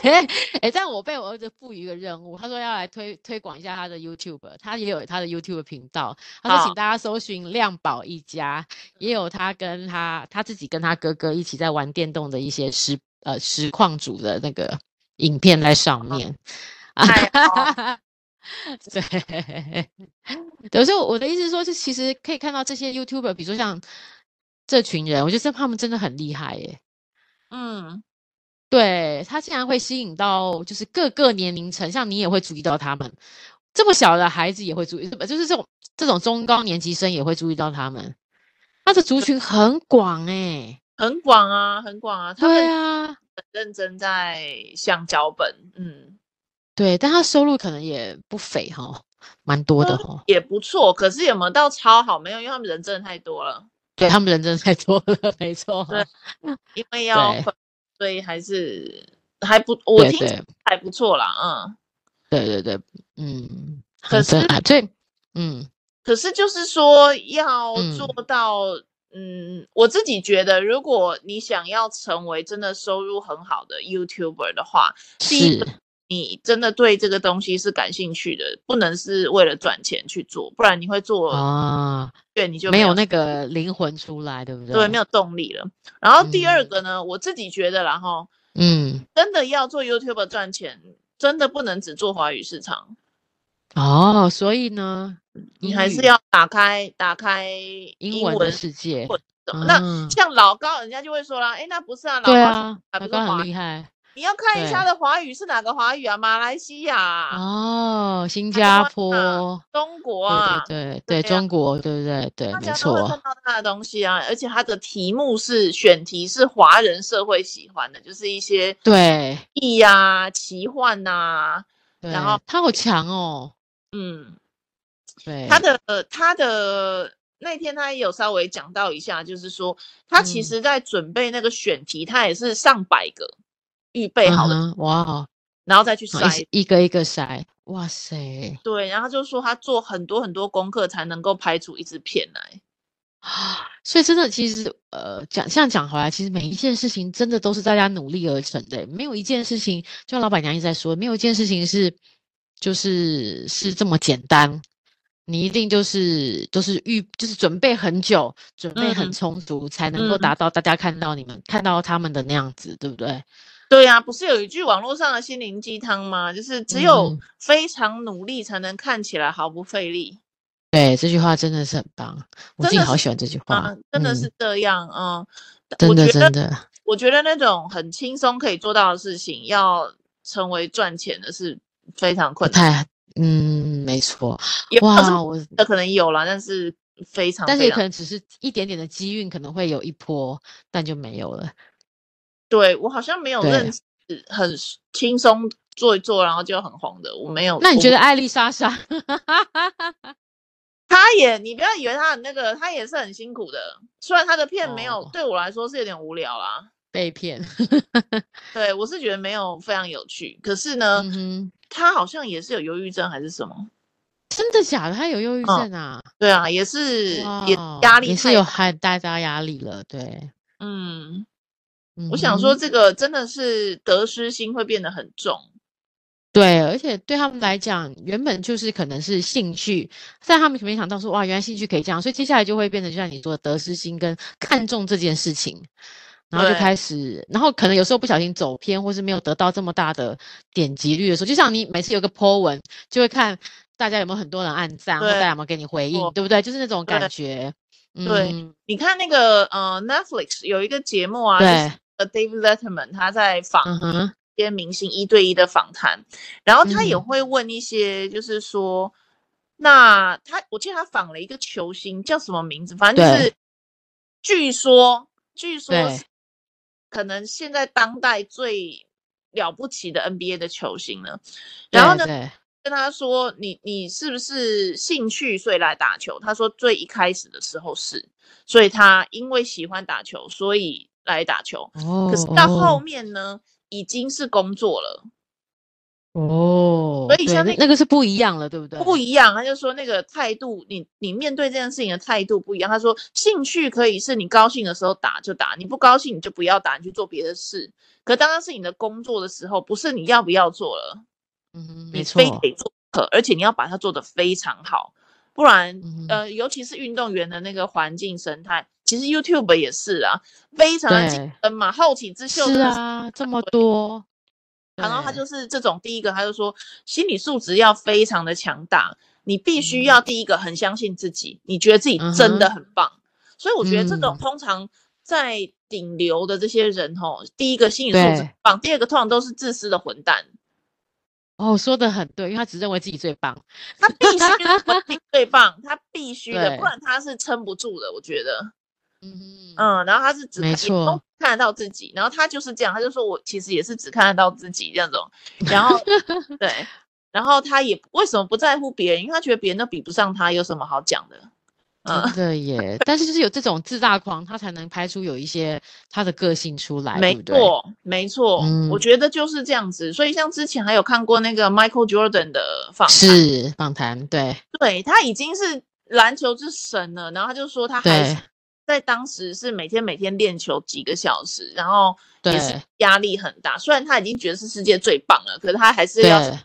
[SPEAKER 1] 对，哎，但我被我儿子赋予一个任务，他说要来推推广一下他的 YouTube，他也有他的 YouTube 频道。他说
[SPEAKER 2] 好
[SPEAKER 1] 请大家搜寻“亮宝一家”，也有他跟他他自己跟他哥哥一起在玩电动的一些实呃实况组的那个影片在上面。 <laughs>
[SPEAKER 2] 哎
[SPEAKER 1] 啊，对，有时候我的意思是说，就其实可以看到这些 YouTuber，比如说像这群人，我觉得他们真的很厉害耶。
[SPEAKER 2] 嗯，
[SPEAKER 1] 对他竟然会吸引到就是各个年龄层，像你也会注意到他们，这么小的孩子也会注意，就是这种这种中高年级生也会注意到他们。他的族群很广哎、
[SPEAKER 2] 很广啊，很广啊，他
[SPEAKER 1] 对
[SPEAKER 2] 们
[SPEAKER 1] 啊，
[SPEAKER 2] 很认真在想脚本，嗯，
[SPEAKER 1] 对，但他收入可能也不菲哈、蛮多的
[SPEAKER 2] 嗯
[SPEAKER 1] 哈、
[SPEAKER 2] 也不错。可是有没有到超好？没有，因为他们人真的太多了，
[SPEAKER 1] 对他们人真的太多了， <laughs> 没错哈、
[SPEAKER 2] 对因为要
[SPEAKER 1] 对
[SPEAKER 2] 分，所以还是还不，我
[SPEAKER 1] 对
[SPEAKER 2] 听
[SPEAKER 1] 对
[SPEAKER 2] 还不错啦，嗯。
[SPEAKER 1] 对对对，嗯，
[SPEAKER 2] 可
[SPEAKER 1] 很
[SPEAKER 2] 是
[SPEAKER 1] 震撼，所以嗯
[SPEAKER 2] 可是就是说要
[SPEAKER 1] 嗯
[SPEAKER 2] 做到，嗯我自己觉得，如果你想要成为真的收入很好的 YouTuber 的话，第一
[SPEAKER 1] 是
[SPEAKER 2] 个你真的对这个东西是感兴趣的，不能是为了赚钱去做，不然你会做，
[SPEAKER 1] 啊，
[SPEAKER 2] 对，你就
[SPEAKER 1] 没
[SPEAKER 2] 有
[SPEAKER 1] 有那个灵魂出来，对不对？
[SPEAKER 2] 对没有动力了。然后第二
[SPEAKER 1] 嗯
[SPEAKER 2] 个呢，我自己觉得啦哈，
[SPEAKER 1] 嗯
[SPEAKER 2] 真的要做 YouTuber 赚钱，真的不能只做华语市场。
[SPEAKER 1] 哦，所以呢，
[SPEAKER 2] 你
[SPEAKER 1] 英
[SPEAKER 2] 还是
[SPEAKER 1] 语
[SPEAKER 2] 要打开打开
[SPEAKER 1] 嗯英
[SPEAKER 2] 英
[SPEAKER 1] 文
[SPEAKER 2] 文
[SPEAKER 1] 的世界，
[SPEAKER 2] 或者什么。那
[SPEAKER 1] 嗯
[SPEAKER 2] 像老高，人家就会说啦，哎，那不是啊，老
[SPEAKER 1] 对
[SPEAKER 2] 高，
[SPEAKER 1] 啊，老
[SPEAKER 2] 还不是
[SPEAKER 1] 高
[SPEAKER 2] 华
[SPEAKER 1] 很厉害
[SPEAKER 2] 你要看一
[SPEAKER 1] 对
[SPEAKER 2] 下他的华语是哪个华语啊？马来西亚啊、
[SPEAKER 1] 哦，新
[SPEAKER 2] 台湾
[SPEAKER 1] 加
[SPEAKER 2] 啊
[SPEAKER 1] 坡，
[SPEAKER 2] 中国啊
[SPEAKER 1] 对，对对
[SPEAKER 2] 对
[SPEAKER 1] 对，
[SPEAKER 2] 啊
[SPEAKER 1] 中国，对对对，
[SPEAKER 2] 大
[SPEAKER 1] 没
[SPEAKER 2] 家都会看
[SPEAKER 1] 错，
[SPEAKER 2] 到他的东西啊。而且他的题目是选题是华人社会喜欢的，就是一些
[SPEAKER 1] 对
[SPEAKER 2] 异呀、奇幻呐、
[SPEAKER 1] 对，
[SPEAKER 2] 然后
[SPEAKER 1] 他好强哦，
[SPEAKER 2] 嗯，
[SPEAKER 1] 对，
[SPEAKER 2] 他的他的那天他也有稍微讲到一下，就是说他其
[SPEAKER 1] 嗯
[SPEAKER 2] 实在准备那个选题，他也是上百个预备好的，
[SPEAKER 1] 嗯哼哇哦，
[SPEAKER 2] 然后再去
[SPEAKER 1] 好一
[SPEAKER 2] 筛
[SPEAKER 1] 时。一个一个筛，哇塞，
[SPEAKER 2] 对，然后他就说他做很多很多功课才能够拍出一支片来。
[SPEAKER 1] 所以真的，其实呃，讲像讲回来，其实每一件事情真的都是大家努力而成的，没有一件事情，就像老板娘一直在说，没有一件事情是就是是这么简单。你一定就是就是预就是准备很久，准备很
[SPEAKER 2] 嗯
[SPEAKER 1] 充足，才能够
[SPEAKER 2] 嗯
[SPEAKER 1] 达到大家看到你们、看到他们的那样子，对不对？
[SPEAKER 2] 对呀、不是有一句网络上的心灵鸡汤吗？就是只有
[SPEAKER 1] 嗯
[SPEAKER 2] 非常努力才能看起来毫不费力
[SPEAKER 1] 对，这句话真的是很棒，我
[SPEAKER 2] 真
[SPEAKER 1] 自己
[SPEAKER 2] 的
[SPEAKER 1] 好
[SPEAKER 2] 是
[SPEAKER 1] 喜欢这句话，
[SPEAKER 2] 啊，真的
[SPEAKER 1] 嗯
[SPEAKER 2] 是这样啊。
[SPEAKER 1] 真的
[SPEAKER 2] 我觉得
[SPEAKER 1] 真的，
[SPEAKER 2] 我觉得那种很轻松可以做到的事情，要成为赚钱的是非常
[SPEAKER 1] 不
[SPEAKER 2] 困难。
[SPEAKER 1] 太嗯，没错，
[SPEAKER 2] 也不是
[SPEAKER 1] 哇，我
[SPEAKER 2] 那可能有啦，但是非常
[SPEAKER 1] 但是
[SPEAKER 2] 非
[SPEAKER 1] 也可
[SPEAKER 2] 常。
[SPEAKER 1] 能只是一点点的机运，可能会有一波，但就没有了。
[SPEAKER 2] 对我好像没有
[SPEAKER 1] 对
[SPEAKER 2] 认识很轻松做一做，然后就很红的，我没有。
[SPEAKER 1] 那你
[SPEAKER 2] 哦我
[SPEAKER 1] 觉
[SPEAKER 2] 不
[SPEAKER 1] 得艾丽莎莎？ <laughs>
[SPEAKER 2] 他也，你不要以为他很那个，他也是很辛苦的。虽然他的片没有、
[SPEAKER 1] 哦
[SPEAKER 2] 对我来说是有点无聊啦，
[SPEAKER 1] 被骗？
[SPEAKER 2] 对我是觉得没有非常有趣。可是呢，
[SPEAKER 1] 嗯哼，
[SPEAKER 2] 他好像也是有忧郁症还是什么？
[SPEAKER 1] <laughs> 真的假的？她有忧郁
[SPEAKER 2] 嗯
[SPEAKER 1] 症啊？
[SPEAKER 2] 对啊，也是也
[SPEAKER 1] 哇哦
[SPEAKER 2] 压力
[SPEAKER 1] 也
[SPEAKER 2] 太
[SPEAKER 1] 是有
[SPEAKER 2] 大
[SPEAKER 1] 害大家压力了。对，
[SPEAKER 2] 嗯，
[SPEAKER 1] 嗯
[SPEAKER 2] 我想说
[SPEAKER 1] 哼
[SPEAKER 2] 这个真的是得失心会变得很重。
[SPEAKER 1] 对，而且对他们来讲，原本就是可能是兴趣，但他们没想到说哇，原来兴趣可以这样，所以接下来就会变成就像你说的得失心跟看重这件事情，然后就
[SPEAKER 2] 对
[SPEAKER 1] 开始，然后可能有时候不小心走偏，或是没有得到这么大的点击率的时候，就像你每次有个 po 文，就会看大家有没有很多人按赞，或
[SPEAKER 2] 对
[SPEAKER 1] 大家有没有给你回应
[SPEAKER 2] 错，
[SPEAKER 1] 对不对？就是那种
[SPEAKER 2] 对
[SPEAKER 1] 感觉。
[SPEAKER 2] 对
[SPEAKER 1] 嗯，
[SPEAKER 2] 你看那个呃 Netflix 有一个节目啊，就是
[SPEAKER 1] 对，
[SPEAKER 2] 呃 David Letterman 他在访
[SPEAKER 1] 嗯哼，
[SPEAKER 2] 一些明星一对一的访谈，然后他也
[SPEAKER 1] 嗯
[SPEAKER 2] 会问一些，就是说，那他我记得他访了一个球星叫什么名字，反正就
[SPEAKER 1] 对
[SPEAKER 2] 是据说据说
[SPEAKER 1] 对
[SPEAKER 2] 是可能现在当代最了不起的 NBA 的球星了，然后
[SPEAKER 1] 对
[SPEAKER 2] 呢？
[SPEAKER 1] 对
[SPEAKER 2] 跟他说你你是不是兴趣所以来打球？他说最一开始的时候是，所以他因为喜欢打球，所以来打球。
[SPEAKER 1] 哦
[SPEAKER 2] 可是到后
[SPEAKER 1] 哦
[SPEAKER 2] 面呢，已经是工作了，
[SPEAKER 1] 哦，
[SPEAKER 2] 所以
[SPEAKER 1] 对
[SPEAKER 2] 像
[SPEAKER 1] 那
[SPEAKER 2] 那
[SPEAKER 1] 那个是不一样了，对不对？
[SPEAKER 2] 不一样。他就说那个态度，你你面对这件事情的态度不一样。他说兴趣可以是你高兴的时候打就打，你不高兴你就不要打，你去做别的事。可当它是你的工作的时候，不是你要不要做了，
[SPEAKER 1] 嗯哼，没
[SPEAKER 2] 你非
[SPEAKER 1] 错，
[SPEAKER 2] 得做不可，而且你要把它做得非常好，不然
[SPEAKER 1] 嗯哼，
[SPEAKER 2] 呃，尤其是运动员的那个环境生态，其实 YouTube 也是啊，非常的竞
[SPEAKER 1] 对，
[SPEAKER 2] 争嘛，后起之秀
[SPEAKER 1] 是
[SPEAKER 2] 真的
[SPEAKER 1] 啊，这么多，
[SPEAKER 2] 然后他
[SPEAKER 1] 对
[SPEAKER 2] 就是这种第一个，他就说心理素质要非常的强大，你必须
[SPEAKER 1] 嗯
[SPEAKER 2] 要第一个很相信自己，你觉得自己真的很棒。所以我觉得这种
[SPEAKER 1] 嗯
[SPEAKER 2] 通常在顶流的这些人吼，第一个心理素质
[SPEAKER 1] 对
[SPEAKER 2] 棒，第二个通常都是自私的混蛋，
[SPEAKER 1] 哦，说的很对，因为他只认为自己最棒，
[SPEAKER 2] 他必须认为自己最棒，他必须的，
[SPEAKER 1] 对
[SPEAKER 2] 不然他是撑不住的。我觉得，
[SPEAKER 1] 嗯哼，
[SPEAKER 2] 嗯，然后他是只看
[SPEAKER 1] 没
[SPEAKER 2] 也都
[SPEAKER 1] 错，
[SPEAKER 2] 看得到自己，然后他就是这样，他就说我其实也是只看得到自己这种，然
[SPEAKER 1] <laughs>
[SPEAKER 2] 后对，然后他也为什么不在乎别人？因为他觉得别人都比不上他，有什么好讲的？
[SPEAKER 1] 真
[SPEAKER 2] 嗯，
[SPEAKER 1] 的
[SPEAKER 2] <laughs>
[SPEAKER 1] 耶。但是就是有这种自大狂，他才能拍出有一些他的个性出来，对
[SPEAKER 2] 没
[SPEAKER 1] 不对？
[SPEAKER 2] 错，没错，
[SPEAKER 1] 嗯，
[SPEAKER 2] 我觉得就是这样子。所以像之前还有看过那个 Michael Jordan 的访谈，
[SPEAKER 1] 是访谈，对
[SPEAKER 2] 对他已经是篮球之神了，然后他就说他还是
[SPEAKER 1] 对
[SPEAKER 2] 在当时是每天每天练球几个小时，然后也是
[SPEAKER 1] 对
[SPEAKER 2] 压力很大。虽然他已经觉得是世界最棒了，可是他还是要
[SPEAKER 1] 对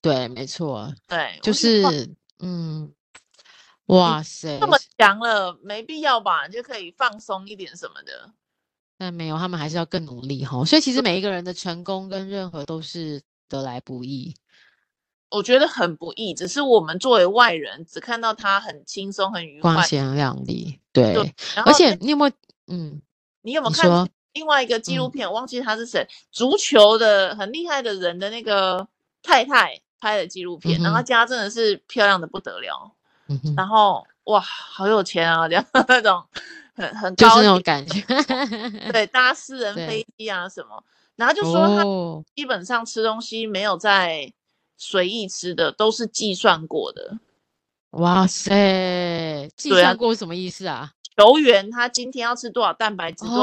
[SPEAKER 1] 对，没错，
[SPEAKER 2] 对，
[SPEAKER 1] 就
[SPEAKER 2] 我觉得哇
[SPEAKER 1] 是嗯，哇塞，
[SPEAKER 2] 这么强了，没必要吧？就可以放松一点什么的。
[SPEAKER 1] 但没有，他们还是要更努力哈。所以其实每一个人的成功跟任何都是得来不易。
[SPEAKER 2] 我觉得很不易，只是我们作为外人，只看到他很轻松、很愉
[SPEAKER 1] 光
[SPEAKER 2] 快。
[SPEAKER 1] 鲜亮丽，
[SPEAKER 2] 对
[SPEAKER 1] 对，，
[SPEAKER 2] 然
[SPEAKER 1] 而
[SPEAKER 2] 后
[SPEAKER 1] 且
[SPEAKER 2] 那
[SPEAKER 1] 你有没有，嗯，
[SPEAKER 2] 你有没有
[SPEAKER 1] 你
[SPEAKER 2] 看
[SPEAKER 1] 说，
[SPEAKER 2] 另外一个纪录
[SPEAKER 1] 嗯，
[SPEAKER 2] 片？我忘记他是谁，足球的很厉害的人的那个太太拍的纪录
[SPEAKER 1] 嗯
[SPEAKER 2] 片，然后她
[SPEAKER 1] 哼，
[SPEAKER 2] 家真的是漂亮的不得了，
[SPEAKER 1] 嗯哼，
[SPEAKER 2] 然后哇，好有钱啊，这样 <laughs> 那种很很
[SPEAKER 1] 就是
[SPEAKER 2] 高
[SPEAKER 1] 那种
[SPEAKER 2] 级，
[SPEAKER 1] 感觉，
[SPEAKER 2] 对，搭私人
[SPEAKER 1] 嗯对，
[SPEAKER 2] 飞机啊什么，然后就说他
[SPEAKER 1] 哦，
[SPEAKER 2] 基本上吃东西没有在随意吃的，都是计算过的。
[SPEAKER 1] 哇塞，计
[SPEAKER 2] 对啊，
[SPEAKER 1] 算过是什么意思啊？
[SPEAKER 2] 球员他今天要吃多少蛋白质、多
[SPEAKER 1] 哦
[SPEAKER 2] 少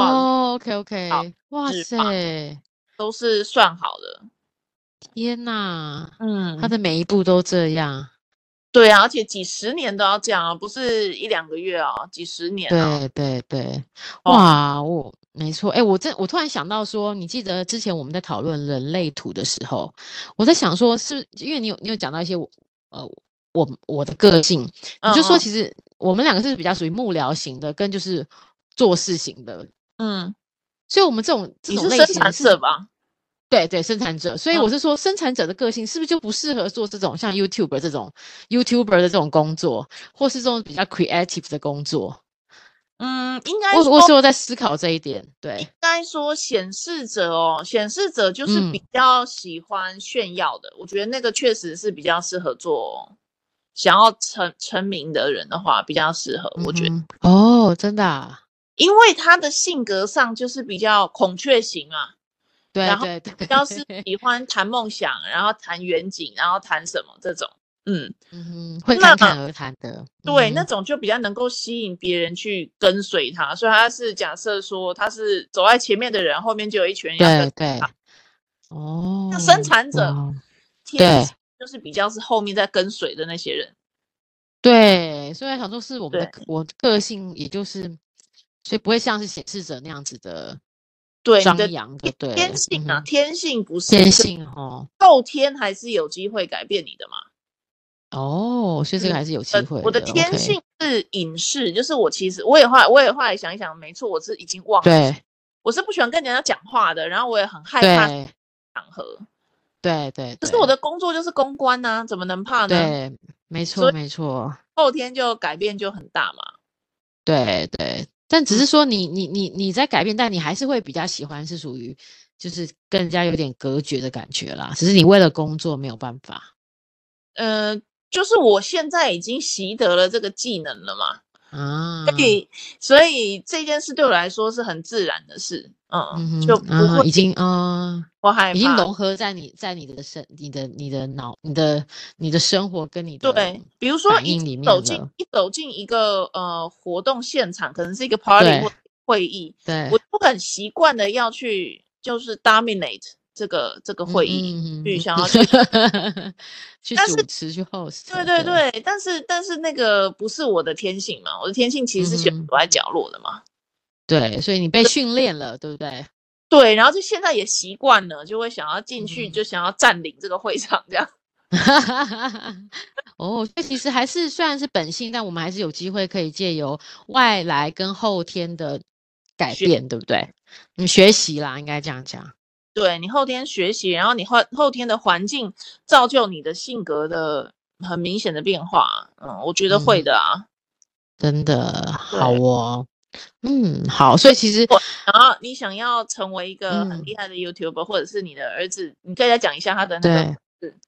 [SPEAKER 2] 好
[SPEAKER 1] ，OK，OK，哇
[SPEAKER 2] 脂
[SPEAKER 1] 塞，
[SPEAKER 2] 肪，都是算好的。
[SPEAKER 1] 天呐，他
[SPEAKER 2] 嗯，
[SPEAKER 1] 的每一步都这样，
[SPEAKER 2] 对啊，而且几十年都要这样啊，不是一两个月啊，几十年啊。
[SPEAKER 1] 对对对，
[SPEAKER 2] 哦，
[SPEAKER 1] 哇，我没错，哎，我这我突然想到说，你记得之前我们在讨论人类图的时候，我在想说是，因为你有你有讲到一些我呃我我的个性，你
[SPEAKER 2] 嗯
[SPEAKER 1] 就说
[SPEAKER 2] 嗯
[SPEAKER 1] 其实我们两个是比较属于幕僚型的，跟就是做事型的，
[SPEAKER 2] 嗯，
[SPEAKER 1] 所以我们这种这
[SPEAKER 2] 你
[SPEAKER 1] 种
[SPEAKER 2] 是
[SPEAKER 1] 类
[SPEAKER 2] 生
[SPEAKER 1] 型
[SPEAKER 2] 产
[SPEAKER 1] 是
[SPEAKER 2] 者吧？
[SPEAKER 1] 对对，生产者，所以
[SPEAKER 2] 嗯
[SPEAKER 1] 我是说，生产者的个性是不是就不适合做这种像 YouTuber 这种 YouTuber 的这种工作，或是这种比较 creative 的工作？
[SPEAKER 2] 嗯，应该
[SPEAKER 1] 我我
[SPEAKER 2] 说
[SPEAKER 1] 是有在思考这一点，
[SPEAKER 2] 应
[SPEAKER 1] 对，
[SPEAKER 2] 该说显示者哦，显示者就是
[SPEAKER 1] 嗯，
[SPEAKER 2] 比较喜欢炫耀的，我觉得那个确实是比较适合做。想要成成名的人的话，比较适合，
[SPEAKER 1] 嗯
[SPEAKER 2] 我觉得，
[SPEAKER 1] 哼，哦，真的啊，
[SPEAKER 2] 因为他的性格上就是比较孔雀型嘛，
[SPEAKER 1] 对
[SPEAKER 2] 然后
[SPEAKER 1] 对 <laughs> 对，
[SPEAKER 2] 要是喜欢谈梦想，然后谈远景，然后谈什么这种，嗯，
[SPEAKER 1] 嗯哼，会
[SPEAKER 2] 那
[SPEAKER 1] 侃侃而谈的，
[SPEAKER 2] 对那
[SPEAKER 1] 嗯
[SPEAKER 2] 种就比较能够吸引别人去跟随他，所以他是假设说他是走在前面的人，后面就有一群
[SPEAKER 1] 哼，
[SPEAKER 2] 人要跟
[SPEAKER 1] 对对，
[SPEAKER 2] 他。啊那生
[SPEAKER 1] 哦，
[SPEAKER 2] 产者
[SPEAKER 1] 哇，
[SPEAKER 2] 天
[SPEAKER 1] 对
[SPEAKER 2] 性就是比较是后面在跟随的那些人，
[SPEAKER 1] 对，所以想说是我们的
[SPEAKER 2] 对
[SPEAKER 1] 个我的个性，也就是，所以不会像是显示者那样子的，
[SPEAKER 2] 对你
[SPEAKER 1] 张
[SPEAKER 2] 的
[SPEAKER 1] 扬的
[SPEAKER 2] 天，
[SPEAKER 1] 对
[SPEAKER 2] 天性啊，
[SPEAKER 1] 嗯哼
[SPEAKER 2] 天性不是
[SPEAKER 1] 天
[SPEAKER 2] 就
[SPEAKER 1] 性哦，
[SPEAKER 2] 后天还是有机会改变你的嘛。
[SPEAKER 1] 哦，所以这个
[SPEAKER 2] 嗯
[SPEAKER 1] 还是有机
[SPEAKER 2] 呃
[SPEAKER 1] 会，
[SPEAKER 2] 我的天，性是隐士，就是我其实我也后来我也后来想一想，没错，我是已经忘了，
[SPEAKER 1] 对
[SPEAKER 2] 我是不喜欢跟人家讲话的，然后我也很害怕
[SPEAKER 1] 对
[SPEAKER 2] 场合。
[SPEAKER 1] 对对，
[SPEAKER 2] 可是我的工作就是公关呐、怎么能怕呢？
[SPEAKER 1] 对，没错
[SPEAKER 2] 所以
[SPEAKER 1] 没错，
[SPEAKER 2] 后天就改变就很大嘛。
[SPEAKER 1] 对对，但
[SPEAKER 2] 嗯
[SPEAKER 1] 只是说你你你你在改变，但你还是会比较喜欢是属于就是跟人家有点隔绝的感觉啦，只是你为了工作没有办法，
[SPEAKER 2] 呃，就是我现在已经习得了这个技能了嘛，
[SPEAKER 1] 啊，
[SPEAKER 2] 所以、所以这件事对我来说是很自然的事，嗯，
[SPEAKER 1] 嗯
[SPEAKER 2] 就
[SPEAKER 1] 哼，
[SPEAKER 2] 不
[SPEAKER 1] 啊，
[SPEAKER 2] 会
[SPEAKER 1] 已经啊。
[SPEAKER 2] 我害怕，
[SPEAKER 1] 已经融合在你在你的生、你的、你的脑、你的、你的生活跟你的
[SPEAKER 2] 对，比如说
[SPEAKER 1] 反
[SPEAKER 2] 一
[SPEAKER 1] 应里面
[SPEAKER 2] 走进
[SPEAKER 1] 了
[SPEAKER 2] 一走进一个呃活动现场，可能是一个 party
[SPEAKER 1] 对
[SPEAKER 2] 或会议，
[SPEAKER 1] 对
[SPEAKER 2] 我不很习惯的要去就是 dominate 这个这个会议。
[SPEAKER 1] 嗯嗯嗯
[SPEAKER 2] 去
[SPEAKER 1] 嗯
[SPEAKER 2] 想要
[SPEAKER 1] <laughs> 去
[SPEAKER 2] 但是
[SPEAKER 1] 主持去 host，
[SPEAKER 2] 对对，对，但是但是那个不是我的天性嘛，我的天性其实是喜
[SPEAKER 1] 嗯哼
[SPEAKER 2] 欢躲在角落的嘛。
[SPEAKER 1] 对，所以你被训练了，对不对？ <laughs>
[SPEAKER 2] 对，然后就现在也习惯了，就会想要进去，
[SPEAKER 1] 嗯
[SPEAKER 2] 就想要占领这个会场这样。
[SPEAKER 1] 哦，所以其实还是虽然是本性，但我们还是有机会可以借由外来跟后天的改
[SPEAKER 2] 学
[SPEAKER 1] 变，对不对？你学习啦，应该这样讲。
[SPEAKER 2] 对你后天学习，然后你后后天的环境造就你的性格的很明显的变化。嗯，我觉得会
[SPEAKER 1] 嗯
[SPEAKER 2] 的啊。
[SPEAKER 1] 真的好
[SPEAKER 2] 对
[SPEAKER 1] 哦，嗯，好，所以其实
[SPEAKER 2] 然后你想要成为一个很
[SPEAKER 1] 嗯
[SPEAKER 2] 厉害的 YouTuber，、或者是你的儿子，你再再讲一下他的那个
[SPEAKER 1] 对
[SPEAKER 2] 是，
[SPEAKER 1] 嗯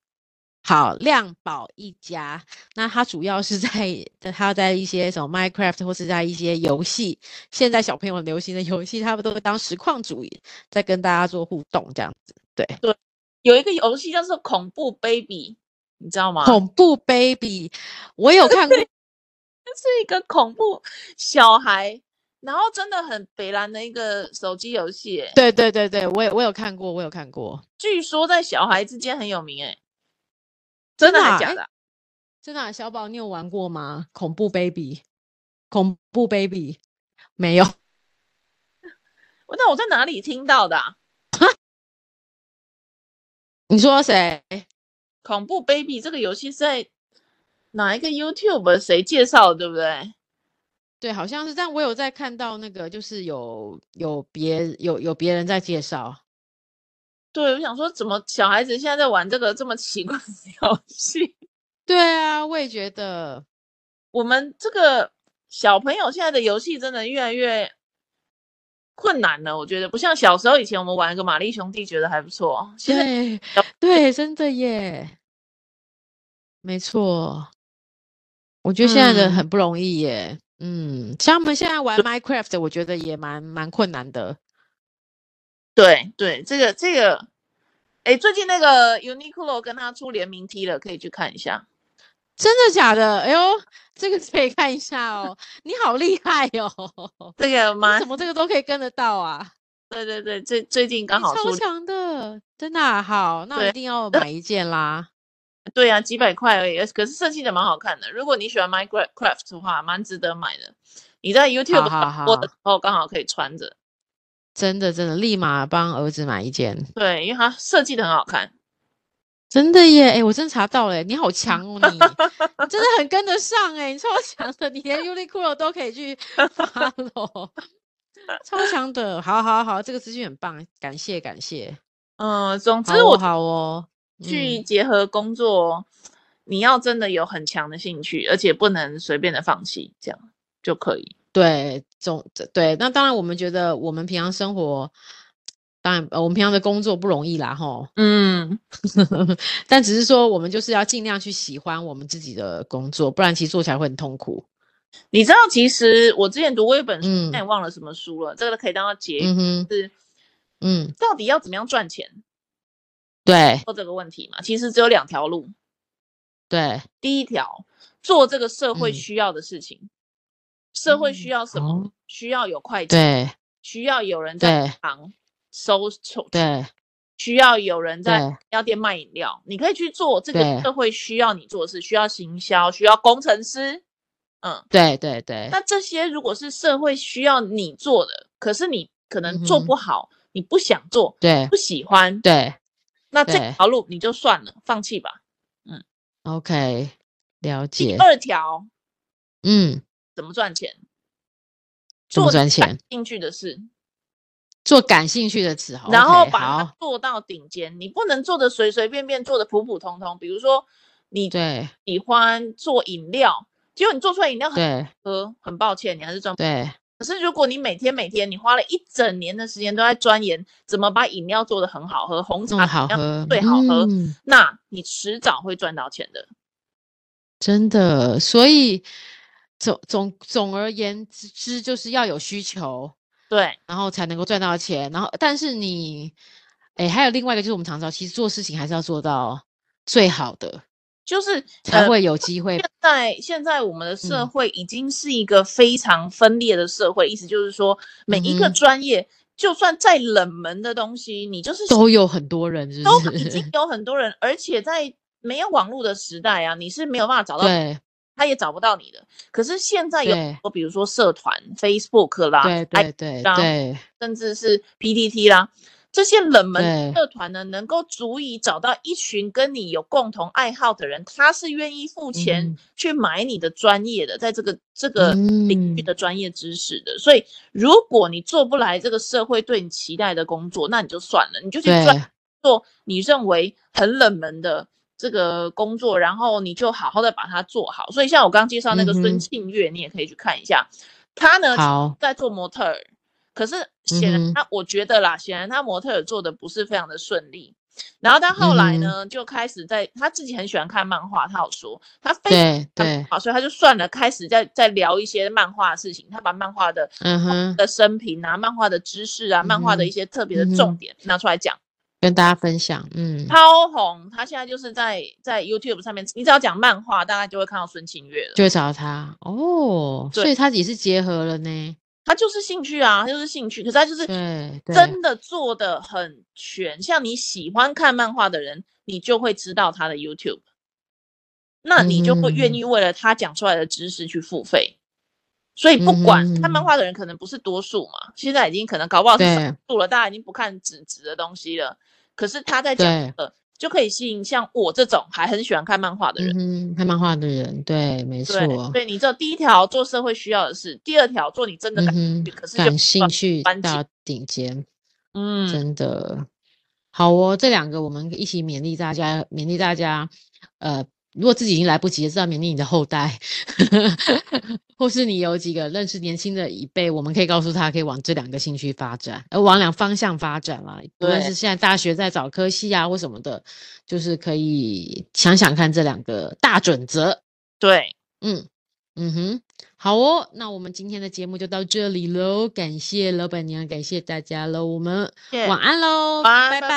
[SPEAKER 1] 好，亮宝一家，那它主要是在它在一些什么 Minecraft 或是在一些游戏，现在小朋友流行的游戏，他们都会当实况主在跟大家做互动这样子。对，
[SPEAKER 2] 有一个游戏叫做恐怖 Baby，你知道吗？
[SPEAKER 1] 恐怖 Baby，我有看过
[SPEAKER 2] 是一个恐怖小孩，然后真的很北蓝的一个手机游戏耶，
[SPEAKER 1] 对对对对，我也我有看过，我有看过，
[SPEAKER 2] 据说在小孩之间很有名哎，真的
[SPEAKER 1] 真的
[SPEAKER 2] 还
[SPEAKER 1] 啊
[SPEAKER 2] 假
[SPEAKER 1] 哎
[SPEAKER 2] 的啊？
[SPEAKER 1] 真的啊、小宝，你有玩过吗？恐怖 Baby，恐怖 Baby，没有， <laughs>
[SPEAKER 2] 我那我在哪里听到的、啊？
[SPEAKER 1] 你说谁？
[SPEAKER 2] 恐怖 Baby 这个游戏是在哪一个 YouTube 谁介绍的，对不对？
[SPEAKER 1] 对，好像是，但我有在看到那个，就是有有别有有别人在介绍，
[SPEAKER 2] 对，我想说，怎么小孩子现在在玩这个这么奇怪的游戏？
[SPEAKER 1] 对啊，我也觉得，
[SPEAKER 2] 我们这个小朋友现在的游戏真的越来越困难了，我觉得不像小时候以前我们玩个玛丽兄弟觉得还不错，现在
[SPEAKER 1] 对
[SPEAKER 2] 小
[SPEAKER 1] 对，真的耶，没错，我觉得现在的
[SPEAKER 2] 嗯
[SPEAKER 1] 很不容易耶，嗯，像他们现在玩 Minecraft，我觉得也蛮蛮困难的，
[SPEAKER 2] 对对，这个这个，哎，最近那个 Uniqlo 跟他出联名 T 了，可以去看一下。
[SPEAKER 1] 真的假的？哎呦，这个可以看一下哦，你好厉害 <laughs> 哦，
[SPEAKER 2] 这个
[SPEAKER 1] 你
[SPEAKER 2] 蛮
[SPEAKER 1] 怎么这个都可以跟得到啊？
[SPEAKER 2] 对对对，最最近刚
[SPEAKER 1] 你
[SPEAKER 2] 好
[SPEAKER 1] 超
[SPEAKER 2] 出，
[SPEAKER 1] 强的，真的啊、好，那我
[SPEAKER 2] 对
[SPEAKER 1] 一定要买一件啦。
[SPEAKER 2] 对啊，几百块而已，可是设计的蛮好看的。如果你喜欢 Minecraft 的话，蛮值得买的。你在 <laughs> YouTube
[SPEAKER 1] 好
[SPEAKER 2] 转播的
[SPEAKER 1] 好
[SPEAKER 2] 时候刚好可以穿着，
[SPEAKER 1] 真的真的，立马帮儿子买一件，
[SPEAKER 2] 对，因为它设计的很好看。
[SPEAKER 1] 真的耶！哎、我真查到了耶，你好强哦，
[SPEAKER 2] <laughs>
[SPEAKER 1] 你你真的很跟得上哎，你超强的，你连 Uniqlo 都可以
[SPEAKER 2] <laughs>
[SPEAKER 1] 去 follow，超强的，好好好，这个资讯很棒，感谢感谢，
[SPEAKER 2] 嗯，总
[SPEAKER 1] 好
[SPEAKER 2] 之我
[SPEAKER 1] 哦好哦，
[SPEAKER 2] 去
[SPEAKER 1] 嗯、
[SPEAKER 2] 结合工作，你要真的有很强的兴趣，而且不能随便的放弃，这样就可以。
[SPEAKER 1] 对总对，那当然我们觉得我们平常生活，当然、呃、我们平常的工作不容易啦吼，
[SPEAKER 2] 嗯，
[SPEAKER 1] 但只是说我们就是要尽量去喜欢我们自己的工作，不然其实做起来会很痛苦。
[SPEAKER 2] 你知道，其实我之前读过一本书，
[SPEAKER 1] 嗯
[SPEAKER 2] 但也忘了什么书了，这个可以当做结语，
[SPEAKER 1] 嗯哼，
[SPEAKER 2] 是
[SPEAKER 1] 嗯。
[SPEAKER 2] 到底要怎么样赚钱
[SPEAKER 1] 对
[SPEAKER 2] 说这个问题嘛？其实只有两条路，
[SPEAKER 1] 对，
[SPEAKER 2] 第一条做这个社会
[SPEAKER 1] 嗯
[SPEAKER 2] 需要的事情，社会需
[SPEAKER 1] 嗯
[SPEAKER 2] 要什么？
[SPEAKER 1] 哦
[SPEAKER 2] 需要有会计，
[SPEAKER 1] 对
[SPEAKER 2] 需要有人在
[SPEAKER 1] 对
[SPEAKER 2] 行收收
[SPEAKER 1] 对
[SPEAKER 2] 需要有人在
[SPEAKER 1] 对
[SPEAKER 2] 药店卖饮料，你可以去做这个
[SPEAKER 1] 对
[SPEAKER 2] 社会需要你做的事，需要行销，需要工程师，嗯，
[SPEAKER 1] 对对对，
[SPEAKER 2] 那这些如果是社会需要你做的，可是你可能做
[SPEAKER 1] 嗯哼
[SPEAKER 2] 不好，你不想做，
[SPEAKER 1] 对
[SPEAKER 2] 不喜欢，
[SPEAKER 1] 对
[SPEAKER 2] 那这
[SPEAKER 1] 对
[SPEAKER 2] 条路你就算了，放弃吧。
[SPEAKER 1] ，OK，了
[SPEAKER 2] 第
[SPEAKER 1] 解。
[SPEAKER 2] 二条
[SPEAKER 1] 嗯，
[SPEAKER 2] 怎么赚钱？
[SPEAKER 1] 怎么
[SPEAKER 2] 做
[SPEAKER 1] 赚
[SPEAKER 2] 你感
[SPEAKER 1] 钱？
[SPEAKER 2] 兴趣的事，
[SPEAKER 1] 做感兴趣的词，好
[SPEAKER 2] 然后
[SPEAKER 1] OK，
[SPEAKER 2] 把它
[SPEAKER 1] 好，
[SPEAKER 2] 做到顶尖。你不能做的随随便便，做的普普通通。比如说，你
[SPEAKER 1] 对
[SPEAKER 2] 喜欢做饮料，结果你做出来饮料很
[SPEAKER 1] 对
[SPEAKER 2] 喝，很抱歉，你还是赚。
[SPEAKER 1] 对
[SPEAKER 2] 可是如果你每天每天，你花了一整年的时间都在钻研怎么把饮料做得很好喝，红茶
[SPEAKER 1] 弄好
[SPEAKER 2] 怎么样
[SPEAKER 1] 喝，
[SPEAKER 2] 最好喝，
[SPEAKER 1] 嗯
[SPEAKER 2] 那你迟早会赚到钱的。
[SPEAKER 1] 真的，所以总总总而言之，就是要有需求，
[SPEAKER 2] 对，
[SPEAKER 1] 然后才能够赚到钱。然后，但是你，哎，还有另外一个就是我们常说，其实做事情还是要做到最好的，
[SPEAKER 2] 就是
[SPEAKER 1] 才
[SPEAKER 2] 呃
[SPEAKER 1] 会有机会
[SPEAKER 2] 现。在现在我们的社
[SPEAKER 1] 嗯
[SPEAKER 2] 会已经是一个非常分裂的社会，意思就是说，每一个
[SPEAKER 1] 嗯哼
[SPEAKER 2] 专业，就算再冷门的东西，你就是
[SPEAKER 1] 都有很多人，是
[SPEAKER 2] 都
[SPEAKER 1] 不 <laughs>
[SPEAKER 2] 已经
[SPEAKER 1] 是？
[SPEAKER 2] 有很多人，而且在没有网络的时代啊，你是没有办法找到，
[SPEAKER 1] 对
[SPEAKER 2] 他也找不到你的。可是现在有
[SPEAKER 1] 对
[SPEAKER 2] 很多，比如说社团、Facebook 啦，
[SPEAKER 1] 对
[SPEAKER 2] 哎
[SPEAKER 1] 对对
[SPEAKER 2] 啊
[SPEAKER 1] 对
[SPEAKER 2] 甚至是 PTT 啦，这些冷门的
[SPEAKER 1] 对
[SPEAKER 2] 社团呢，能够足以找到一群跟你有共同爱好的人，他是愿意付
[SPEAKER 1] 嗯
[SPEAKER 2] 钱去买你的专业的，在这个这个领域
[SPEAKER 1] 嗯，
[SPEAKER 2] 的专业知识的。所以，如果你做不来这个社会对你期待的工作，那你就算了，你就去专
[SPEAKER 1] 对
[SPEAKER 2] 做你认为很冷门的这个工作，然后你就好好的把它做好。所以像我刚介绍那个
[SPEAKER 1] 嗯
[SPEAKER 2] 孙
[SPEAKER 1] 哼
[SPEAKER 2] 庆月，你也可以去看一下，他呢
[SPEAKER 1] 好，
[SPEAKER 2] 在做模特儿，可是显然
[SPEAKER 1] 嗯哼
[SPEAKER 2] 他，我觉得啦，显然他模特儿做的不是非常的顺利。然后他后
[SPEAKER 1] 嗯
[SPEAKER 2] 来呢，就开始在他自己很喜欢看漫画，他有说他非常
[SPEAKER 1] 对
[SPEAKER 2] 看漫
[SPEAKER 1] 对，
[SPEAKER 2] 画，所以他就算了，开始在在聊一些漫画的事情，他把漫画的
[SPEAKER 1] 嗯哼，
[SPEAKER 2] 的生平啊、漫画的知识啊、漫画的
[SPEAKER 1] 嗯哼
[SPEAKER 2] 一些特别的
[SPEAKER 1] 嗯
[SPEAKER 2] 重
[SPEAKER 1] 哼
[SPEAKER 2] 点拿出来讲。
[SPEAKER 1] 跟大家分享，嗯，
[SPEAKER 2] 超红，他现在就是在在 YouTube 上面，你只要讲漫画，大概就会看到孙清月了。
[SPEAKER 1] 就会找到他哦，所
[SPEAKER 2] 对
[SPEAKER 1] 以他也是结合了呢，
[SPEAKER 2] 他就是兴趣啊，他就是兴趣，可是他就是
[SPEAKER 1] 对对，
[SPEAKER 2] 真的做的很全。像你喜欢看漫画的人，你就会知道他的 YouTube，那你就会愿
[SPEAKER 1] 嗯
[SPEAKER 2] 意为了他讲出来的知识去付费。所以不管看漫
[SPEAKER 1] 嗯
[SPEAKER 2] 画的人可能不是多数嘛，现在已经可能搞不好是少
[SPEAKER 1] 对
[SPEAKER 2] 数了，大家已经不看纸质的东西了。可是他在讲
[SPEAKER 1] 对，
[SPEAKER 2] 的就可以吸引像我这种还很喜欢看漫画的人。
[SPEAKER 1] 嗯哼，看漫画的人，对，没
[SPEAKER 2] 对，
[SPEAKER 1] 错，
[SPEAKER 2] 所以你知道第一条做社会需要的事，第二条做你真的
[SPEAKER 1] 嗯哼
[SPEAKER 2] 感兴趣，可，是就
[SPEAKER 1] 感兴趣
[SPEAKER 2] 关
[SPEAKER 1] 到
[SPEAKER 2] 键，
[SPEAKER 1] 顶尖，
[SPEAKER 2] 嗯，
[SPEAKER 1] 真的好哦，这两个我们一起勉励大家，勉励大家，呃，如果自己已经来不及了，至少勉励你的后代， <laughs> 或是你有几个认识年轻的一辈，我们可以告诉他可以往这两个兴趣发展，呃，往两方向发展啦。不论
[SPEAKER 2] 对
[SPEAKER 1] 是现在大学在找科系啊或什么的，就是可以想想看这两个大准则。
[SPEAKER 2] 对，
[SPEAKER 1] 嗯嗯哼，好哦，那我们今天的节目就到这里喽，感谢老板娘，感谢大家喽，我们
[SPEAKER 2] 谢谢
[SPEAKER 1] 晚安喽，
[SPEAKER 2] 晚安
[SPEAKER 1] 拜
[SPEAKER 2] 拜